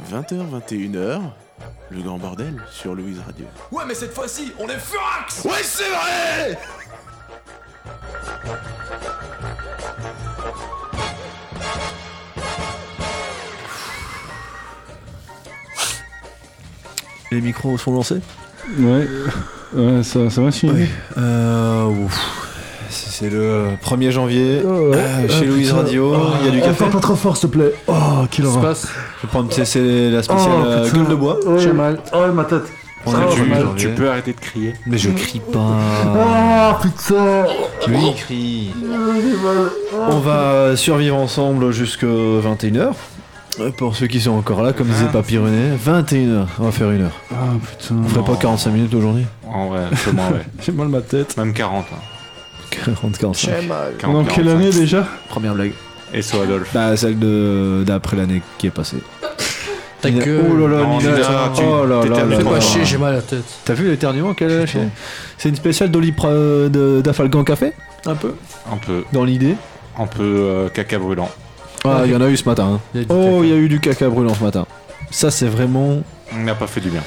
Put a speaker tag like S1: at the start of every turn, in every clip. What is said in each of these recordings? S1: 20h, 21h, le grand bordel sur Louise Radio.
S2: Ouais, mais cette fois-ci, on est furax
S1: Ouais, c'est vrai
S3: Les micros sont lancés
S4: Ouais, ouais ça, ça va, Chine
S3: euh, ouf. C'est c'est le 1er janvier
S4: Oh, ouais.
S3: euh,
S4: Ah,
S3: chez Louise
S4: putain.
S3: Radio.
S4: Oh,
S3: Il y a
S5: Euh,
S3: du café.
S4: Encore pas trop fort, s'il te plaît. Oh, quelle
S6: se
S4: horreur.
S6: passe
S3: Je vais prendre c'est- c'est la
S4: Oh,
S3: spéciale euh,
S4: putain.
S3: gueule de bois.
S4: Ouais.
S6: J'ai mal.
S4: Oh, ma tête.
S3: On
S4: Ça
S3: est
S4: va,
S3: le
S4: ça
S3: 1er
S4: va.
S3: janvier.
S6: Tu peux arrêter de crier.
S3: Mais je crie pas.
S5: Ah,
S4: Oh, putain.
S3: Lui il crie.
S4: Oh.
S3: On va survivre ensemble jusqu'à 21h. Euh, Pour ceux qui sont encore là, comme disait Papy René, 21h. On va faire une heure.
S4: Ah, putain.
S3: On ferait pas 45 minutes aujourd'hui
S6: En vrai, absolument, ouais.
S4: J'ai mal ma tête.
S6: Même 40. Hein.
S3: 40, 45.
S4: On est en
S6: 40,
S4: quelle
S6: 45.
S4: année déjà
S3: Première blague.
S6: Et so Adolphe.
S3: Bah, celle de d'après l'année qui est passée.
S5: Ta
S3: Nina-
S5: gueule.
S3: Oh là là,
S6: Non,
S3: Nina,
S6: Nina, tu-
S3: oh là là
S6: t'éternues
S3: là
S5: Fais
S6: pas,
S3: là.
S5: pas chier, j'ai mal à la tête.
S3: T'as vu l'éternuement qu'elle a lâché C'est une spéciale d'Olipra de- d'Afalgan Café Un peu
S6: Un peu,
S3: Dans l'idée
S6: un peu euh, caca brûlant.
S3: Ah, il y en a eu ce matin. hein.
S5: Il y a du
S3: Oh,
S5: caca.
S3: il y a eu du caca brûlant ce matin. Ça, c'est vraiment.
S6: Il n'a pas fait du bien.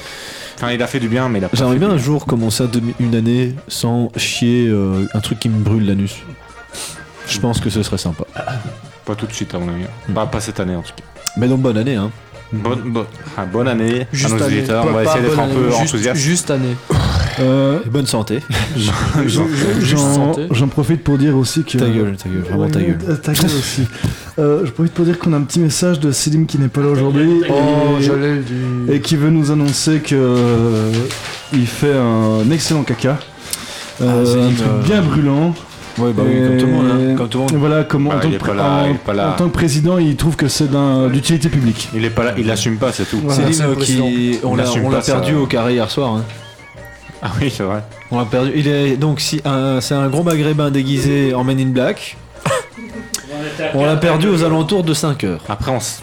S6: Enfin, il a fait du bien, mais il a pas
S3: J'aimerais
S6: fait
S3: bien
S6: du
S3: un jour commencer à demi- une année sans chier euh, un truc qui me brûle l'anus. Je pense que ce serait sympa.
S6: Pas tout de suite, à mon avis.
S3: Mm.
S6: Pas, pas cette année, en tout cas.
S3: Mais donc, bonne année, hein.
S6: Bonne, bonne, ah, bonne année
S5: Juste
S6: à nos
S5: année.
S6: auditeurs.
S5: Pas-
S6: On va
S5: pas
S6: essayer d'être
S5: bonne
S6: un peu
S5: année, juste-
S6: enthousiaste.
S5: Juste année.
S4: Euh,
S3: Et bonne santé.
S4: j'en-
S5: Juste santé.
S4: J'en profite pour dire aussi que.
S3: Ta gueule, ta gueule, vraiment ta gueule.
S4: Euh, Ta gueule aussi. Euh, je profite pour dire qu'on a un petit message de Selim qui n'est pas là aujourd'hui.
S5: Oh,
S4: Et-
S5: j'allais le dire.
S4: et qui veut nous annoncer que euh, il fait un excellent caca. Euh,
S3: Zélim,
S4: un truc
S3: euh,
S4: bien brûlant.
S3: Ouais, bah oui,
S4: Et-
S3: comme tout le monde, hein. Comme tout le monde.
S4: Et voilà, comme
S6: Bah,
S4: en, tant
S6: il est
S4: que,
S6: pas là,
S4: en-
S6: il est pas là.
S4: en tant que président, il trouve que c'est d'un- d'utilité publique.
S6: Il est pas là, il assume pas, c'est tout.
S4: Voilà.
S3: Céline
S4: Merci,
S3: euh,
S4: président.
S3: qui on
S6: Il
S3: l'a
S6: n'assume
S3: on l'a
S6: pas ça.
S3: perdu au carré hier soir. hein.
S6: Ah oui, c'est vrai.
S3: On l'a perdu. Il est donc si un- c'est un gros maghrébin déguisé en Men in Black. on l'a perdu aux alentours de 5 heures.
S6: Après, on s-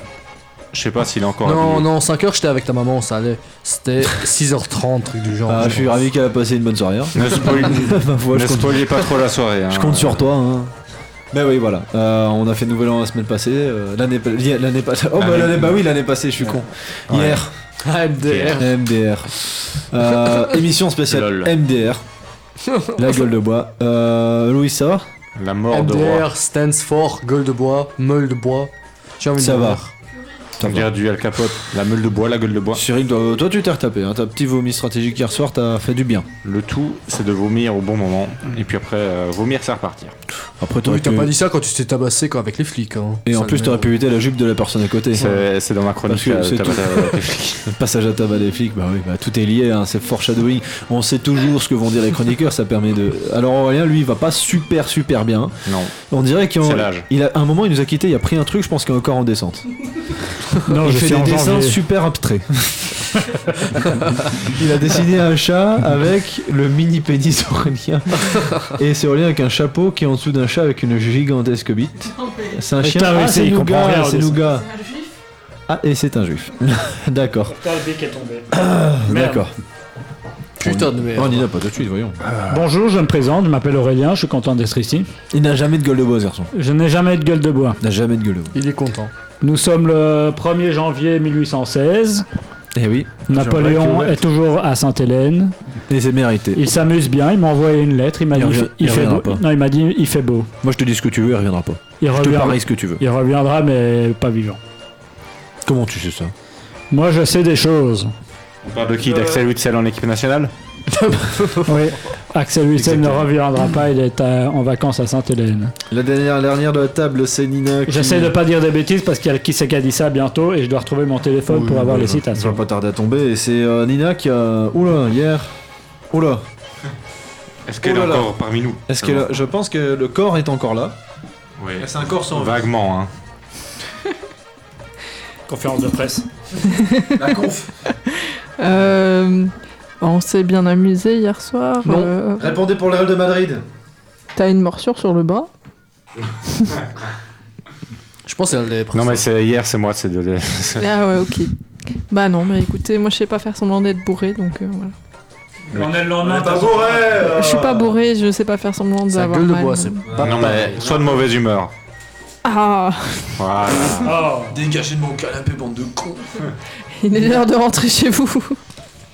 S6: je sais pas s'il est encore
S5: Non,
S6: habillé.
S5: non, 5h, j'étais avec ta maman, ça allait. C'était 6h30, truc du genre.
S3: Ah, je suis
S5: pense.
S3: ravi qu'elle a passé une bonne soirée. hein.
S6: Ne, spoil-
S3: Ma foi, je,
S6: ne
S3: compte,
S6: spoilez pas trop la soirée. hein.
S3: je compte sur toi. hein. Mais oui, voilà. Euh, on a fait Nouvel An la semaine passée. euh, l'année pa- l'hi- l'année passée. Oh, bah,
S6: L'année-
S3: l'année- bah oui, l'année passée, je suis con.
S6: Ouais.
S3: Hier,
S5: Ah, AMDR.
S3: MDR. Euh, émission spéciale
S6: Lol.
S3: MDR. La gueule de bois. Euh, Louis, ça va
S6: La mort de roi.
S5: MDR stands for gueule de bois, meule de bois. J'ai envie
S3: Ça
S5: de
S3: va.
S5: dire.
S6: On dirait du Al Capote. La meule de bois, la gueule de bois.
S3: Cyril, toi, toi, tu t'es retapé, hein, ta petite vomi stratégique hier soir, t'as fait du bien.
S6: Le tout, c'est de vomir au bon moment. Et puis après, euh, vomir, c'est repartir.
S3: Après,
S5: Oui,
S3: t'aurais
S5: t'as
S3: pu-
S5: pas dit ça quand tu t'es tabassé quand avec les flics. Hein.
S3: Et en
S5: Ça,
S3: plus,
S5: le
S3: t'aurais
S5: mec,
S3: pu éviter la jupe de la personne à côté.
S6: C'est c'est dans ma chronique.
S3: Parce que c'est
S6: euh, t'as
S3: tout.
S6: pas- t'as- t'as- t'as-
S3: Le passage à tabac des flics, bah oui, bah, tout est lié, hein, c'est foreshadowing. On sait toujours ce que vont dire les chroniqueurs, ça permet de. Alors, Aurélien, lui, il va pas super, super bien.
S6: Euh, Non.
S3: On dirait qu'il
S6: C'est l'âge.
S3: il a un moment, il nous a quitté, il a pris un truc, je pense qu'il est encore en descente.
S4: Non,
S3: il fait des dessins super abstraits. il a dessiné un chat avec le mini pénis Aurélien. Et c'est Aurélien avec un chapeau qui est en dessous d'un chat avec une gigantesque bite. C'est un chien.
S7: Putain, mais
S3: Ah,
S7: c'est-
S3: c'est
S7: il comprend
S3: Nougat,
S7: rien au
S3: c'est
S7: dessin.
S3: Nougat.
S8: C'est un juif
S3: Ah, et c'est un juif. D'accord,
S7: Putain, le bec est tombé.
S3: d'accord.
S5: Putain de merde.
S3: On n'y a pas tout de suite, voyons.
S7: Bonjour, je me présente, je m'appelle Aurélien, je suis content d'être ici.
S3: Il n'a jamais de gueule de bois, ce garçon.
S7: Je n'ai jamais de gueule de bois.
S3: Il n'a jamais de gueule de bois.
S5: Il est content.
S7: Nous sommes le 1er janvier 1816.
S3: Eh oui,
S7: Napoléon
S3: ouverte.
S7: est toujours à Sainte-Hélène.
S3: et c'est mérité.
S7: Il s'amuse bien, il m'a envoyé une lettre, il m'a
S3: Il
S7: dit
S3: revient- il
S7: fait
S3: reviendra
S7: beau.
S3: pas.
S7: Non, il m'a dit il fait beau.
S3: Moi, je te dis ce que tu veux, il reviendra pas.
S7: Il,
S3: Je te
S7: reviendra-
S3: parie ce que tu veux.
S7: il reviendra mais pas vivant.
S3: Comment tu sais ça
S7: Moi je sais des choses.
S6: On parle de qui D'Axel Witzel en équipe nationale
S7: Oui, Axel Witzel ne reviendra pas, il est à- en vacances à Sainte-Hélène.
S3: La dernière, la dernière de la table, c'est Nina. qui-
S7: J'essaie de pas dire des bêtises parce qu'il y a qui c'est qui a dit ça bientôt et je dois retrouver mon téléphone
S3: Oui,
S7: pour avoir
S3: oui,
S7: les
S3: ça-
S4: hein,
S3: Ça
S7: citations.
S3: va pas tarder à tomber. Et c'est euh, Nina qui a. Oula, hier. Oula.
S6: Est-ce qu'elle
S3: Oh là
S6: est
S3: là.
S6: encore parmi nous
S3: Est-ce que. Je pense que le corps est encore là.
S6: Oui.
S3: C'est un corps sans.
S6: Vaguement, hein.
S7: Conférence de presse.
S3: La conf.
S8: Euh, On s'est bien amusé hier soir.
S5: Non.
S8: euh,
S3: Répondez pour le Real de Madrid.
S8: T'as une morsure sur le bras
S5: Je pense qu'elle est
S6: Non, mais c'est hier, c'est moi, c'est de.
S8: Ah ouais, ok. Bah non, mais écoutez, moi je sais pas faire semblant d'être bourré, donc euh, voilà.
S7: On est le lendemain.
S3: euh.
S8: Je suis pas bourré, je sais pas faire semblant
S5: C'est la
S8: d'avoir
S5: gueule de
S8: mal.
S5: bois, c'est
S6: non, mais soit de mauvaise humeur,
S8: Ah,
S6: Voilà.
S9: Dégagez de mon canapé, bande de cons
S8: il est l'heure de rentrer chez vous.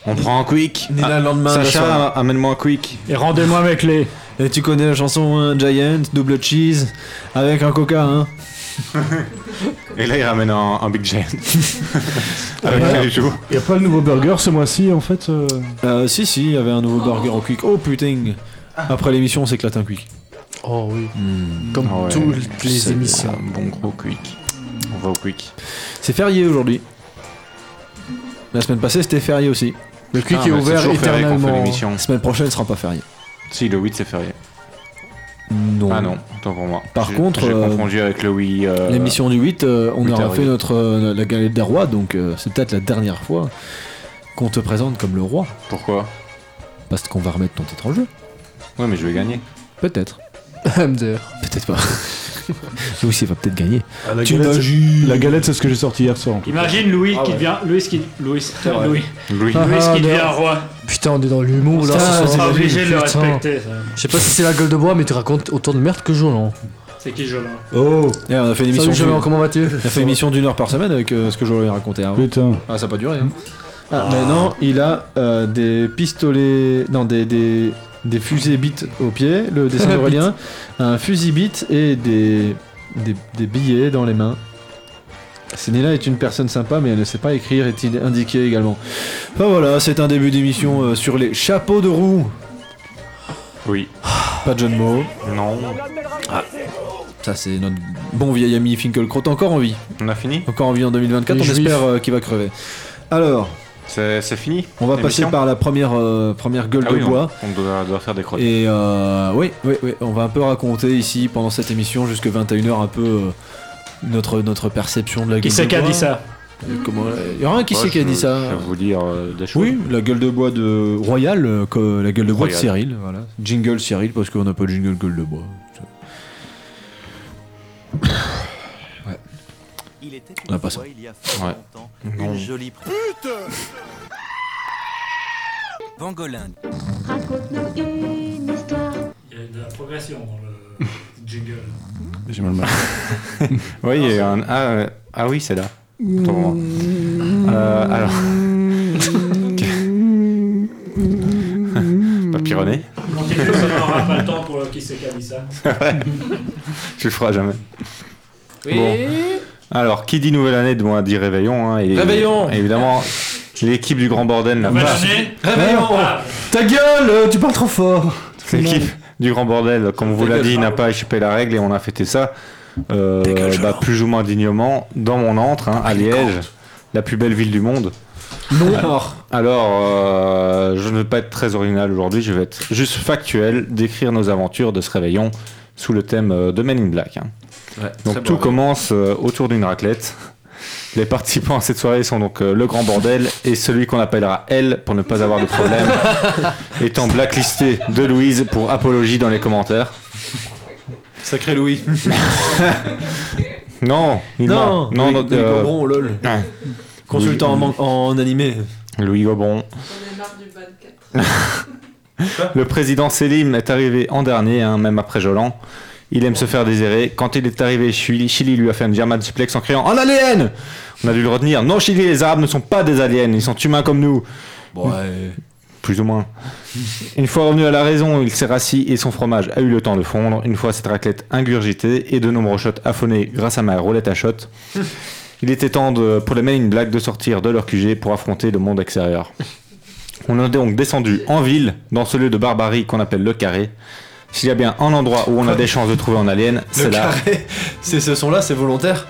S6: On prend un quick.
S3: Né
S6: Ah,
S3: là le lendemain de la soirée.
S6: Sacha, amène-moi un quick.
S7: Et rendez-moi mes clés.
S3: Et tu connais la chanson hein, Giant, double cheese, avec un coca, hein
S6: Et là, il ramène un, un Big Jane. Avec
S4: Ouais.
S6: les joues.
S4: Y a pas le nouveau burger ce mois-ci en fait euh
S3: euh, Si, si, il y avait un nouveau burger au quick. Oh putain Après l'émission, on s'éclate un quick.
S5: Oh oui.
S3: Hmm.
S5: Comme
S3: Ah
S6: Ah Ouais.
S5: toutes les
S6: C'est
S5: émissions.
S6: Un bon gros quick. On va au quick.
S3: C'est férié aujourd'hui. La semaine passée, c'était férié aussi.
S5: Le quick
S6: Ah,
S5: est
S6: mais
S3: bah,
S6: c'est
S5: ouvert
S6: toujours férié quand on fait
S5: éternellement.
S6: l'émission.
S3: La semaine prochaine, ne sera pas férié.
S6: Si, le 8, c'est férié.
S3: Non.
S6: Ah non, autant pour moi.
S3: Par
S6: J'ai-
S3: contre,
S6: J'ai
S3: euh,
S6: confondu avec le Wii. euh,
S3: L'émission du 8, euh, on
S6: huit
S3: aura
S6: avril.
S3: fait notre, euh, la galette des rois, donc euh, c'est peut-être la dernière fois qu'on te présente comme le roi.
S6: Pourquoi
S3: Parce qu'on va remettre ton titre en jeu.
S6: Ouais, mais je vais gagner.
S3: Peut-être.
S5: MDR.
S3: Peut-être pas. Nous aussi, il va peut-être gagner.
S4: Ah, la,
S3: Tu
S4: galette,
S3: nages.
S4: c'est- la galette, c'est ce que j'ai sorti hier soir. en tout cas.
S7: Imagine Louis
S3: Ah
S7: qui
S3: ouais.
S7: devient. Louis qui. Louis. Louis.
S6: Louis.
S5: Ah,
S7: Louis qui
S5: merde.
S7: devient roi.
S5: Putain, on est dans l'humour là.
S7: Ça,
S5: ce
S7: on sera
S5: soir.
S7: obligé de le
S5: Putain.
S7: respecter. ça.
S5: Je sais pas si c'est la gueule de bois, mais tu racontes autant de merde que Jolan.
S7: C'est qui Jolin
S4: Oh
S3: Eh, on a fait une émission. du-
S5: Salut Jolan, comment vas-tu
S3: On a fait une émission d'une heure par semaine avec euh, ce que j'aurais raconté avant.
S4: putain.
S3: Ah, ça a pas duré. Hein. Ah, Maintenant, il a euh, des pistolets. Non, des, des, des fusées bites au pied, le dessin d'Aurélien, un fusil bit et des, des, des billets dans les mains. Sénila est une personne sympa, mais elle ne sait pas écrire, est-il indiqué également. Enfin voilà, c'est un début d'émission euh, sur les chapeaux de roue.
S6: Oui.
S3: Pas de jeu de mots.
S6: Non.
S3: Ça, c'est notre bon vieil ami Finkelkraut, encore en vie.
S6: On a fini
S3: Encore en vie en 2024,
S5: Les
S3: on
S5: Juifs.
S3: espère euh, qu'il va crever. Alors,
S6: C'est c'est fini
S3: on va passer
S6: l'émission
S3: par la première, euh, première gueule
S6: Ah
S3: de
S6: oui, on-
S3: bois.
S6: On, doit, doit faire des crottes.
S3: Et euh, oui, oui, oui, on va un peu raconter ici pendant cette émission jusque 21h un peu euh, notre, notre perception de la gueule
S7: Qui
S3: de
S7: c'est
S3: bois.
S7: qui a dit ça
S3: Et comment- Il y aura un qui
S6: Moi,
S3: c'est qui a
S6: Bah, je-
S3: dit ça
S6: Je vais vous dire euh, des choses.
S3: Oui, la gueule de bois de Royal, euh, que la gueule de bois de
S6: Royal.
S3: Cyril, voilà. Jingle Cyril parce qu'on n'a pas de jingle gueule de bois.
S10: Il était
S3: On a Ah, pas
S10: une
S3: ça.
S10: fois, il y a fort
S6: Ouais.
S10: longtemps,
S6: Non.
S10: une jolie pute. Pangolin.
S11: Raconte-nous une histoire.
S7: Il y a de la progression dans le jingle.
S6: J'ai mal marre. oui, il y a un- Ah, euh, ah oui, c'est là. Autant pour
S3: Mm.
S6: moi. Euh, alors. Papyronné
S7: Continue, ça n'aura pas le temps pour le qui c'est qui a dit ça.
S6: Tu le feras jamais. Bon. Alors, qui dit nouvelle année de moi dit réveillon. Hein, et,
S3: Réveillon Ah, bah,
S6: Évidemment, l'équipe du Grand Bordel n'a pas.
S3: Réveillons
S7: Ah,
S4: Ta gueule euh, Tu parles trop fort
S6: L'équipe du Grand Bordel, comme on vous l'a dit, n'a pas échappé la règle et on a fêté ça euh, bah, plus ou moins dignement dans mon antre, hein, à Liège, la plus belle ville du monde.
S3: Non
S6: Alors, euh, je ne vais pas être très original aujourd'hui, je vais être juste factuel, décrire nos aventures de ce réveillon sous le thème euh, de Men in Black. hein. Donc tout commence euh, autour d'une raclette. Les participants à cette soirée sont donc euh, le grand bordel et celui qu'on appellera L pour ne pas avoir de problème, étant blacklisté de Louise pour apologie dans les commentaires.
S3: Sacré Louis.
S6: Non, il ment.
S3: Non,
S6: non,
S3: Louis-
S6: notre,
S3: Louis
S6: euh,
S3: Cambron, lol.
S6: ah.
S3: Consultant en
S6: Louis-
S3: man- en, animé.
S6: Louis Gobon. Le président Selim est arrivé en dernier, hein, même après Jolan. Il aime se faire désirer. Quand il est arrivé, Chili, Chili lui a fait un German suplex en criant En alien On a dû le retenir. Non, Chili, les Arabes ne sont pas des aliens, ils sont humains comme nous.
S3: Ouais.
S6: Plus ou moins. Une fois revenu à la raison, il s'est rassis et son fromage a eu le temps de fondre. Une fois cette raclette ingurgitée et de nombreux shots affonés grâce à ma roulette à shots, il était temps de- pour les Men in Black de sortir de leur QG pour affronter le monde extérieur. On est donc descendu en ville, dans ce lieu de barbarie qu'on appelle le carré. S'il y a bien un endroit où on a des chances de trouver un alien,
S3: Le
S6: c'est là.
S3: carré, c'est ce son-là, c'est volontaire.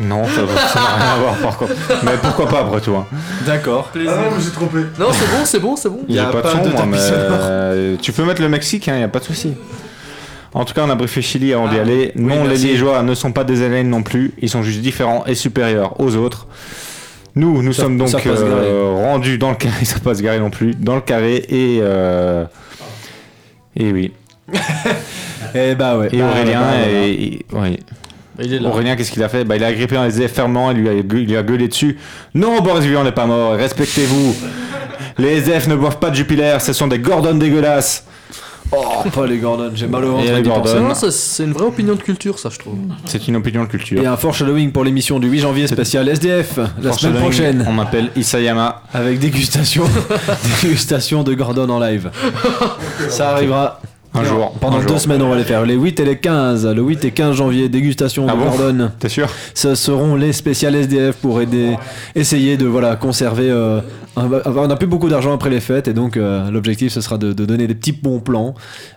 S6: Non, ça ça n'a rien à voir par contre. Mais pourquoi pas après tout hein.
S3: D'accord.
S4: Ah, je me suis trompé.
S5: Non, c'est bon, c'est bon, c'est bon.
S6: Il
S3: Y
S6: n'y
S3: a
S6: a, pas,
S3: pas
S6: de
S3: de
S6: son, moi,
S3: tapis
S6: mais
S3: sonore.
S6: euh, tu peux mettre le Mexique, il n'y a pas de souci. En tout cas, on a briefé Chili avant d'y
S3: Ah,
S6: aller. non, les
S3: merci.
S6: Liégeois ne sont pas des aliens non plus. Ils sont juste différents et supérieurs aux autres. Nous, nous
S3: Ça-
S6: sommes donc
S3: ça passe
S6: euh, rendus dans le carré. Ça passe garer non plus. Dans le carré et euh, et oui.
S3: Eh bah ouais.
S6: Et
S3: Bah,
S6: Aurélien,
S3: bah, bah,
S6: et- et- ouais.
S5: Bah, Il est là.
S6: Aurélien, qu'est-ce qu'il a fait bah, Il a agrippé un SDF fermement, il lui a, gue- il lui a gueulé dessus. Non, Boris Vian n'est pas mort, respectez-vous. Les SDF ne boivent pas de Jupiler, ce sont des Gordon dégueulasses.
S3: Oh, pas les Gordon, j'ai mal au ventre.
S6: Et les
S3: à y penser.
S6: Gordon.
S5: Non, ça, c'est une vraie opinion de culture, ça, je trouve.
S6: C'est une opinion de culture.
S3: Et un foreshadowing pour l'émission du 8 janvier spécial SDF, la
S6: Foreshadowing,
S3: semaine prochaine,
S6: On m'appelle Isayama.
S3: avec dégustation, dégustation de Gordon en live. Ça arrivera
S6: Un jour.
S3: pendant
S6: un
S3: deux
S6: jour.
S3: semaines, on va les faire. Les 8 et les 15, le 8 et 15 janvier, dégustation
S6: Ah
S3: de
S6: bon
S3: Gordon.
S6: T'es sûr
S3: Ce seront les spéciales SDF pour aider, essayer de voilà conserver. euh, un- on n'a plus beaucoup d'argent après les fêtes et donc euh, l'objectif ce sera de, de donner des petits bons plans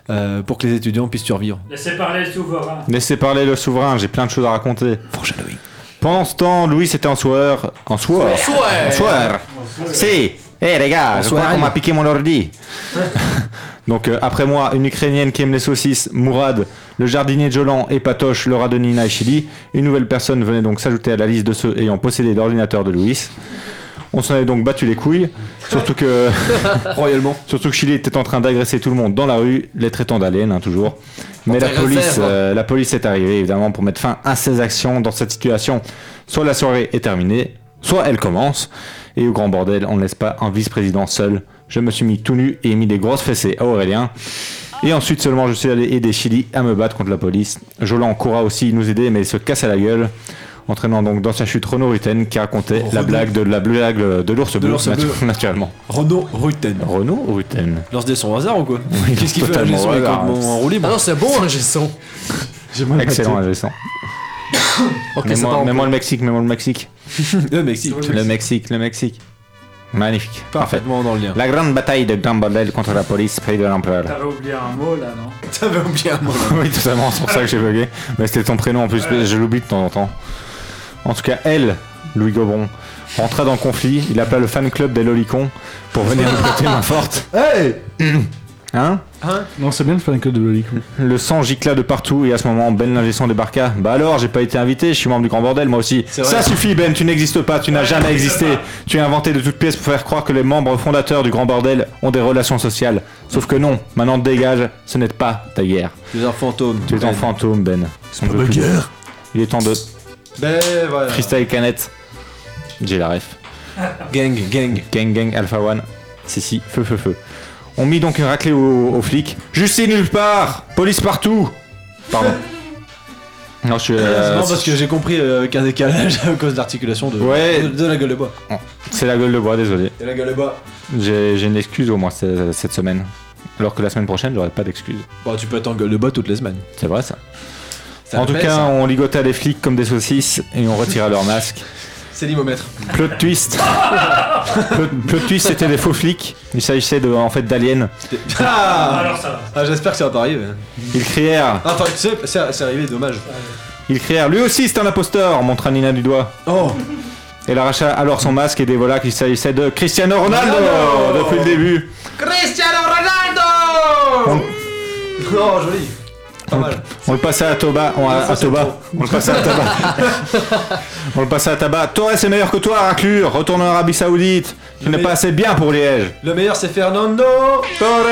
S3: euh, pour que les étudiants puissent survivre.
S7: Laissez parler le souverain.
S6: Laissez parler le souverain, j'ai plein de choses à raconter. Pendant ce temps, Louis était en soir. En soir En soir Si Eh les gars, je crois
S3: soirée.
S6: qu'on m'a piqué mon ordi. Donc euh, après moi, une Ukrainienne qui aime les saucisses, Mourad, le jardinier de Jolan et Patoche, le rat de Nina et Chili. Une nouvelle personne venait donc s'ajouter à la liste de ceux ayant possédé l'ordinateur de Louis. On s'en avait donc battu les couilles, surtout que...
S3: Royalement.
S6: Surtout que Chili était en train d'agresser tout le monde dans la rue, les traitant d'aliens, hein, toujours. Mais la
S5: t'as rien à
S6: police,
S5: faire.
S6: euh, la police est arrivée, évidemment, pour mettre fin à ces actions dans cette situation. Soit la soirée est terminée, soit elle commence. Et au grand bordel, on ne laisse pas un vice-président seul. Je me suis mis tout nu et mis des grosses fessées à Aurélien. Et ensuite seulement, je suis allé aider Chili à me battre contre la police. Jolan courra aussi nous aider, mais il se casse à la gueule. Entraînant donc dans sa chute Renaud Ruten qui racontait la blague de la blague de l'ours bleu,
S3: l'ours bleu.
S6: natu- naturellement.
S3: Renaud Rutten.
S6: Renaud Ruten.
S3: Lance des sons au hasard ou quoi Qu'est-ce qu'il fait
S6: totalement
S3: un gestion avec
S6: au hasard.
S3: un en roue libre
S5: Ah non, c'est bon, hein, j'ai son.
S6: Excellent, adjacent.
S5: Ok, c'est
S6: mets-moi,
S5: pas
S6: mets-moi le Mexique, mets-moi le Mexique.
S3: Le Mexique.
S6: Le Mexique, le Mexique. Magnifique. Parfait.
S3: Parfaitement dans le lien.
S6: La grande bataille de Grand Bordel contre la police, pays de l'empereur.
S7: T'avais oublié un mot là, non
S5: T'avais oublié un mot.
S6: oui, totalement, c'est pour ça que j'ai bugué. Mais c'était ton prénom en plus, mais je l'oublie de temps en temps. En tout cas, elle, Louis Gobron, rentra dans le conflit. Il appela le fan club des Lolicons pour venir nous prêter main forte.
S12: Hey
S6: Hein
S12: Non, c'est bien de faire une queue de lolicon.
S6: Le sang gicla de partout et à ce moment, Ben l'ingéson débarqua. Bah alors, j'ai pas été invité, je suis membre du grand bordel moi aussi. Ça suffit Ben, tu n'existes pas, tu n'as jamais existé. Tu es inventé de toutes pièces pour faire croire que les membres fondateurs du grand bordel ont des relations sociales. Sauf que non, maintenant dégage, ce n'est pas ta guerre.
S3: Tu es un fantôme.
S6: Tu es un fantôme Ben. C'est pas guerre. Il est temps de
S3: Ben voilà.
S6: freestyle canette. J'ai la ref.
S3: Gang, gang.
S6: Gang gang Alpha One. Si si, feu feu feu. On mit donc une raclée aux, aux flics. Justice nulle part Police partout Pardon. Non, je suis. euh,
S3: non, parce que j'ai compris euh, qu'un décalage à cause de l'articulation de,
S6: Ouais.
S3: de, de la gueule de bois.
S6: C'est la gueule de bois, désolé.
S3: De la gueule de bois.
S6: J'ai j'ai une excuse au moins ce- cette semaine. Alors que la semaine prochaine, j'aurai pas d'excuse.
S3: Bon, Bah, tu peux être en gueule de bois toutes les semaines.
S6: C'est vrai ça.
S3: Ça
S6: en tout
S3: pèse,
S6: cas,
S3: hein.
S6: on ligota les flics comme des saucisses et on retira leurs masques.
S3: c'est l'imomètre.
S6: Plot twist. plot, plot twist, c'était des faux flics. Il s'agissait de, en fait d'aliens.
S3: Ah,
S7: Alors ça va.
S3: Ah, J'espère que ça va pas arriver. Ah,
S6: Ils crièrent.
S3: Enfin, tu sais, c'est c'est arrivé, dommage.
S6: Ils crièrent. Lui aussi, c'est un imposteur. Montra Nina du doigt.
S3: Oh
S6: Elle arracha alors son masque et dévoila qu'il s'agissait de Cristiano Ronaldo depuis le début.
S3: Oh, joli Pas mal.
S6: On le passait à Toba, on, à, à Toba, on le passait à Tabac. on le passait à Tabac. Torres est meilleur que toi, Raclure. Retourne en Arabie Saoudite. Tu n'es pas assez bien pour Liège.
S3: Le meilleur, c'est Fernando
S6: Torres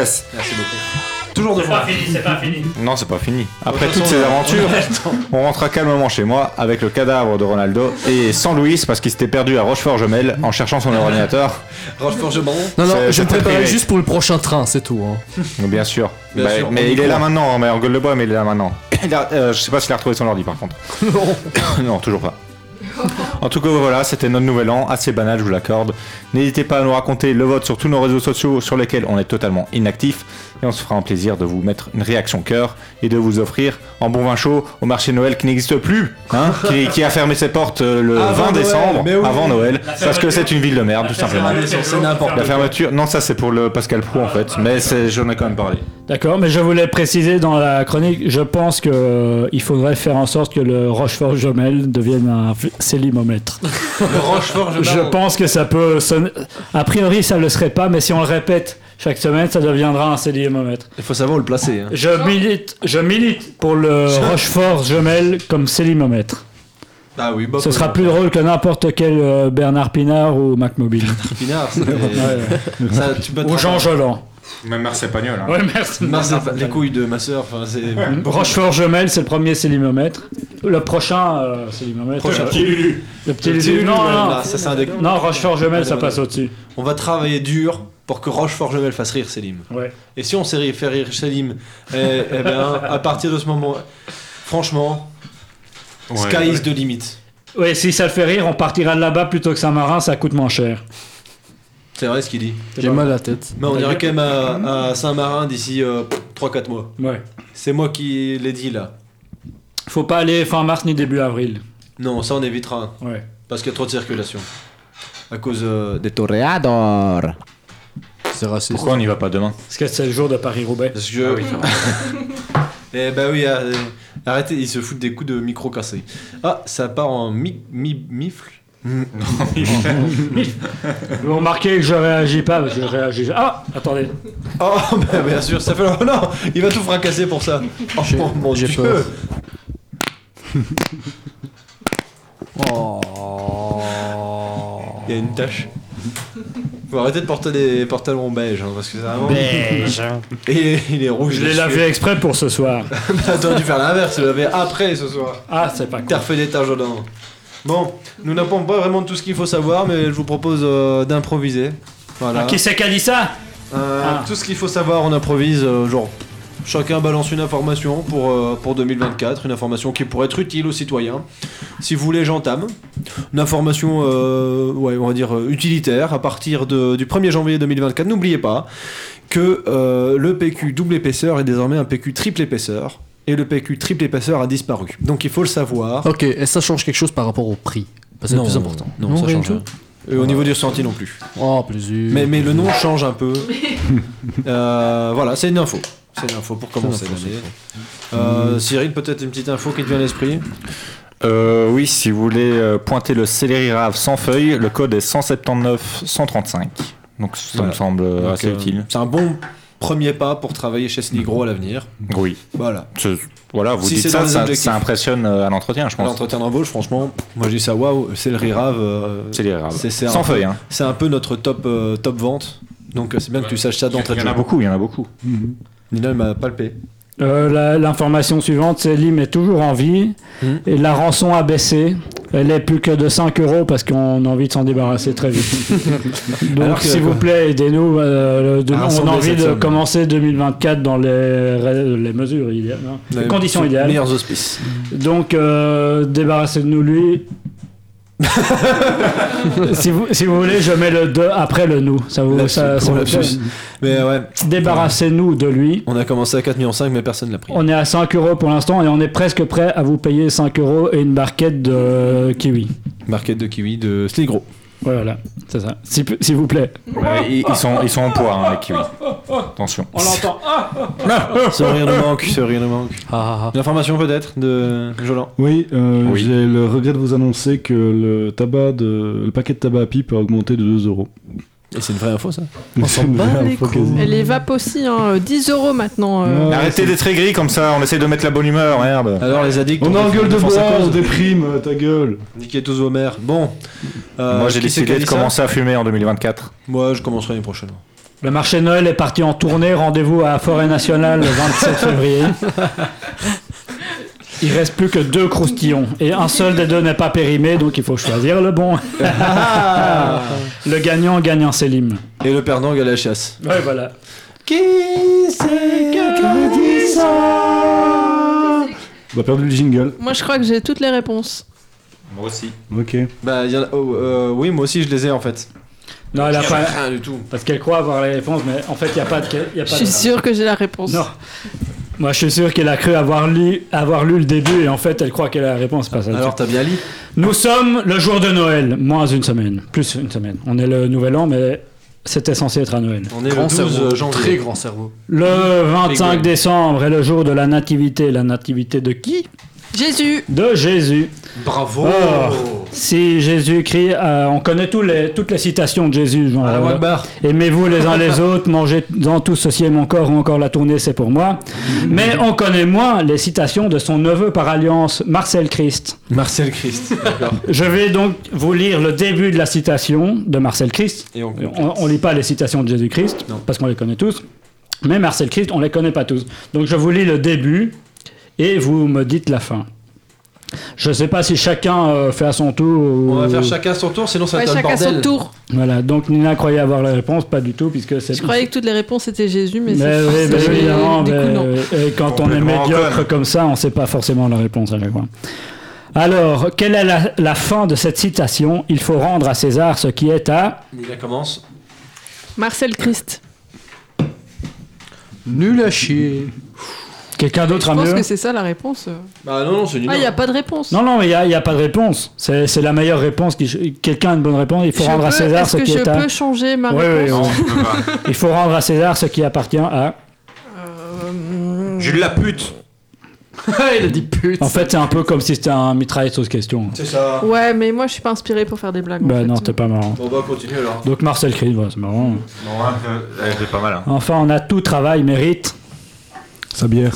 S3: Merci beaucoup. Toujours
S7: C'est
S3: devant.
S7: pas fini, c'est pas fini.
S6: Non, c'est pas fini. Après
S3: De toute
S6: toutes
S3: façon,
S6: ces
S3: on
S6: aventures,
S3: a- on a le temps.
S6: on rentra calmement chez moi avec le cadavre de Ronaldo et sans Louis parce qu'il s'était perdu à Rochefort-Gemel en cherchant son ordinateur.
S3: Rochefort-Gemont.
S6: C'est-
S5: Non, non, je
S6: c'est
S5: me
S6: très
S5: préparais
S6: privé.
S5: juste pour le prochain train, c'est tout. Hein.
S6: Bien sûr.
S3: Bien
S6: Bah,
S3: sûr, on
S6: mais
S3: y
S6: il est là
S3: croit.
S6: maintenant, mais en gueule de bois, mais il est là maintenant. Il a- euh, je sais pas s'il a retrouvé son ordi par contre. Non, toujours pas. En tout cas, voilà, c'était notre nouvel an, assez banal, je vous l'accorde. N'hésitez pas à nous raconter le vote sur tous nos réseaux sociaux sur lesquels on est totalement inactif. Et on se fera un plaisir de vous mettre une réaction cœur et de vous offrir en bon vin chaud au marché Noël qui n'existe plus, hein, qui, qui a fermé ses portes euh, le
S3: Avant
S6: 20
S3: Noël,
S6: décembre,
S3: mais oui.
S6: avant Noël,
S7: La
S6: parce que
S7: fermeture.
S6: c'est une ville de merde, tout simplement.
S3: c'est n'importe
S6: La fermeture, non, ça c'est pour le Pascal Prou en fait, mais c'est- j'en ai quand même parlé.
S7: D'accord, mais je voulais préciser dans la chronique, je pense que euh, il faudrait faire en sorte que le Rochefort-Jomel devienne un f- célimomètre. Je pense que ça peut sonner- A priori, ça ne le serait pas, mais si on le répète chaque semaine, ça deviendra un célimomètre.
S3: Il faut savoir où le placer. hein.
S7: Je milite, je milite pour le Rochefort-Jomel comme célimomètre.
S3: Ah oui, Bob.
S7: Ce sera plus drôle que n'importe quel euh, Bernard Pinard ou Mac Mobile.
S3: Pinard. c'est-
S7: Ouais.
S3: Ça, tu peux te
S7: Ou Jean Jolan.
S6: Même Marseille Pagnol.
S13: hein.
S7: Ouais, merci.
S3: Non, c'est pas- les couilles de ma soeur, enfin c'est.
S7: Hmm. Rochefort-Gemel, c'est le premier célimomètre. Le prochain euh, célimomètre. euh,
S3: Lulu.
S7: le euh, petit Lulu. Non, non,
S3: ça c'est un déc-
S7: non. Rochefort-Gemel, ça passe au-dessus.
S3: On va travailler dur pour que Rochefort-Jemel fasse rire Selim.
S7: Ouais.
S3: Et si on sait rire- faire rire Selim, eh, eh ben, à partir de ce moment, franchement, sky is the limit.
S7: Ouais, si ça le fait rire, on partira de là-bas plutôt que Saint-Marin, ça coûte moins cher.
S3: C'est vrai ce qu'il dit.
S5: J'ai mal à la tête.
S3: Mais on irait quand même à, à Saint-Marin d'ici euh, 3-4 mois.
S7: Ouais.
S3: C'est moi qui l'ai dit là.
S7: Faut pas aller fin mars ni début avril.
S3: Non, ça on évitera.
S7: Ouais.
S3: Parce qu'il y a trop de circulation. À cause euh, des torrents.
S6: Toréador. C'est
S5: raciste.
S6: Pourquoi on n'y va pas demain
S7: Parce que c'est le jour de Paris-Roubaix.
S3: Parce que. Eh ben oui, euh, arrêtez, ils se foutent des coups de micro cassé. Ah, ça part en mi mi mifle.
S7: Vous remarquez que je réagis pas, parce que je réagis. Ah Attendez.
S3: Oh, bah, bien sûr, ça fait longtemps. Non, il va tout fracasser pour ça. Oh mon dieu. Oh. Il y a une tâche. Faut arrêter de porter des pantalons beige, hein, parce que c'est vraiment.
S7: Beige.
S3: Et il est rouge.
S7: Je l'ai
S3: dessus.
S7: lavé exprès pour ce soir.
S3: T'as dû faire l'inverse, le laver après ce soir.
S7: Ah, c'est pas
S3: T'as refait des tâches dedans. Bon, nous n'avons pas vraiment tout ce qu'il faut savoir, mais je vous propose euh, d'improviser. Voilà.
S7: Ah, qui c'est qui a dit ça
S3: Euh,
S7: Ah.
S3: Tout ce qu'il faut savoir, on improvise, euh, genre. Chacun balance une information pour, euh, pour 2024, une information qui pourrait être utile aux citoyens. Si vous voulez, j'entame. Une information, euh, ouais, on va dire, euh, utilitaire. À partir de- du 1er janvier 2024, n'oubliez pas que euh, le PQ double épaisseur est désormais un PQ triple épaisseur. Et le PQ triple épaisseur a disparu. Donc il faut le savoir.
S5: Ok, et ça change quelque chose par rapport au prix Parce que c'est le
S3: Non,
S5: plus important.
S3: non, ça
S5: rien
S3: change
S5: du
S3: rien. Et euh, au niveau du ressenti non plus.
S5: Oh, plaisir.
S3: Mais, mais le nom change un peu. Euh, voilà, c'est une info. C'est une info pour
S6: C'est
S3: commencer
S6: une info,
S3: l'année.
S6: une info. Mm.
S3: Euh, Cyril, peut-être une petite info qui te vient à l'esprit
S6: Euh, oui, si vous voulez euh, pointer le céleri rave sans feuilles, le code est 179 135. Donc ça
S3: Voilà.
S6: me semble euh,
S3: Donc,
S6: assez
S3: euh,
S6: utile.
S3: C'est un bon premier pas pour travailler chez Snigro à l'avenir.
S6: Oui.
S3: Voilà.
S6: Ce- Voilà, vous
S3: Si c'est
S6: dites
S3: dans
S6: ça,
S3: les
S6: ça,
S3: objectifs.
S6: ça impressionne euh, à l'entretien, je
S3: À
S6: pense.
S3: L'entretien d'embauche, franchement, moi je dis ça, waouh, c'est le Rirave. euh,
S6: Céleri rave.
S3: c'est- c'est un
S6: Sans
S3: peu-
S6: feuilles, hein.
S3: C'est un peu notre top, euh, top vente. Donc euh, c'est bien que tu saches ça d'entrée
S6: Il
S3: de
S6: y en a
S3: jeu.
S6: beaucoup, il y en a beaucoup.
S3: Nina il m'a palpé.
S7: Euh, la- L'information suivante, c'est Lim est toujours en vie
S3: Hmm.
S7: et la rançon a baissé. Elle est plus que de 5 euros parce qu'on a envie de s'en débarrasser très vite.
S3: Alors
S7: Donc,
S3: que-
S7: s'il vous plaît, aidez-nous. euh, le- de-
S3: À
S7: on
S3: rassembler
S7: a envie
S3: cette
S7: de
S3: somme.
S7: commencer 2024 dans les, ré- les mesures idéales, hein, les conditions idéales.
S3: Meilleurs auspices.
S7: Donc, euh, débarrassez-nous de lui. si, vous, si vous voulez, je mets le 2 après le nous. Ça vous, ça, ça
S3: Pour
S7: vous
S3: l'absus.
S7: plaît
S3: Mais ouais,
S7: Débarrassez-nous de lui.
S3: on a commencé à 4,5 millions, mais personne l'a pris.
S7: On est à 5 euros pour l'instant et on est presque prêt à vous payer 5 euros et une barquette de euh, kiwi.
S3: Marquette de kiwi de Sligro.
S7: Voilà, c'est ça. S'il peut- s'il vous plaît.
S6: Ouais, Euh, ils, ils sont, ils sont en poids, hein, les kiwis. Attention.
S7: On l'entend.
S3: Ce rire nous manque, ce rire nous manque. L'information peut-être de Jolan.
S14: Oui, euh,
S6: Oui.
S14: j'ai le regret de vous annoncer que le tabac de, le paquet de tabac à pipe a augmenté de 2 euros.
S3: Et c'est une vraie info ça
S14: On
S8: s'en bat les couilles. Et les vapes aussi, hein, euh, 10 euros maintenant. euh.
S6: Arrêtez d'être aigri comme ça, on essaie de mettre la bonne humeur, merde.
S3: Alors les addicts.
S14: On engueule de
S3: défense à
S14: bois,
S3: cause.
S14: on déprime, euh, ta gueule.
S3: Niquez tous vos mères. Bon. Euh,
S6: Moi j'ai
S3: qui c'est qui a
S6: décidé de
S3: dit ça
S6: commencer à fumer en 2024.
S3: Moi je commencerai l'année prochaine.
S7: Le marché de Noël est parti en tournée. Rendez-vous à Forêt Nationale le 27 février. Il reste plus que deux croustillons et un seul des deux n'est pas périmé, donc il faut choisir le bon.
S3: Ah.
S7: le gagnant gagnant Selim.
S3: Et le perdant gagne la chasse.
S7: Ouais voilà.
S3: Qui c'est qui dit ça
S14: On a perdu le jingle.
S8: Moi, je crois que j'ai toutes les réponses.
S6: Moi aussi.
S14: Ok.
S3: Bah y en a- oh, euh, oui moi aussi je les ai en fait.
S7: Non elle a pas
S3: Rien du tout.
S7: parce qu'elle croit avoir les réponses, mais en fait il y a pas de. il Y a
S8: Je
S7: pas
S8: suis
S7: de...
S8: sûre que j'ai la réponse.
S7: Non. Moi, je suis sûr qu'elle a cru avoir lu, avoir lu le début et en fait, elle croit qu'elle a la réponse. Pas ça.
S3: Alors t'as bien lu
S7: Nous sommes le jour de Noël, moins une semaine, plus une semaine. On est le nouvel an, mais c'était censé être à Noël.
S3: On est
S5: Grand
S3: le 12
S5: cerveau,
S3: janvier.
S5: très grand cerveau.
S7: Le 25
S3: Rigole.
S7: décembre est le jour de la nativité. La nativité de qui
S8: Jésus
S7: De Jésus.
S3: Bravo. Ah,
S7: Oh. Si Jésus-Christ, euh, on connaît tous les, toutes les citations de Jésus. genre,
S3: Allahu
S7: euh,
S3: Akbar.
S7: Aimez-vous les uns les autres, mangez-en tous, ceci est mon corps, ou encore la tournée, c'est pour moi. Mais on connaît moins les citations de son neveu par alliance, Marcel Christ.
S3: Marcel Christ. D'accord.
S7: Je vais donc vous lire le début de la citation de Marcel Christ.
S3: Et on complète.
S7: On ne lit pas les citations de Jésus-Christ,
S3: Non.
S7: parce qu'on les connaît tous. Mais Marcel Christ, on ne les connaît pas tous. Donc je vous lis le début et vous me dites la fin. Je sais pas si chacun euh, fait à son tour. Ou...
S3: On va faire chacun son tour, sinon ça
S8: Ouais,
S3: va être le
S8: chacun
S3: bordel.
S8: son tour.
S7: Voilà, donc Nina croyait avoir la réponse, pas du tout, puisque c'est.
S8: Je croyais que toutes les réponses étaient Jésus, mais,
S7: Mais
S8: c'est
S7: oui,
S8: c'est-
S7: bah, évidemment,
S8: du
S7: mais-
S8: coup, non.
S7: et quand on est
S8: Complètement
S7: médiocre
S8: conne.
S7: comme ça, on sait pas forcément la réponse à chaque fois. Alors, quelle est la, la fin de cette citation Il faut rendre à César ce qui est à.
S3: Nina commence.
S8: Marcel Christ.
S5: Nul à chier.
S7: Quelqu'un d'autre
S8: Je
S7: a
S8: pense
S7: mieux
S8: que c'est ça la réponse.
S3: Bah non, non, c'est
S8: Ah, il n'y a pas de réponse.
S7: Non, non, mais il n'y a, pas de réponse. C'est c'est la meilleure réponse. qui- Quelqu'un a une bonne réponse. Il faut
S8: Je
S7: rendre à
S8: peux-
S7: César
S8: est-ce
S7: ce
S8: que
S7: qui
S8: je
S7: est à.
S8: peux changer ma
S7: Ouais, ouais,
S8: réponse
S7: on- Il faut rendre à César ce qui appartient à.
S8: Euh,
S13: J'ai de la pute.
S7: il a dit pute. En fait, c'est un peu comme si c'était un mitraille sauce question.
S3: C'est ça.
S8: Ouais, mais moi, je suis pas inspirée pour faire des blagues.
S7: Bah non, t'es pas marrant.
S3: Bon, bah continue alors.
S7: Donc Marcel Christ, voilà, c'est marrant.
S13: Non, hein, euh, elle fait pas mal. hein.
S7: Enfin, on a tout travail mérite.
S15: Sa bière.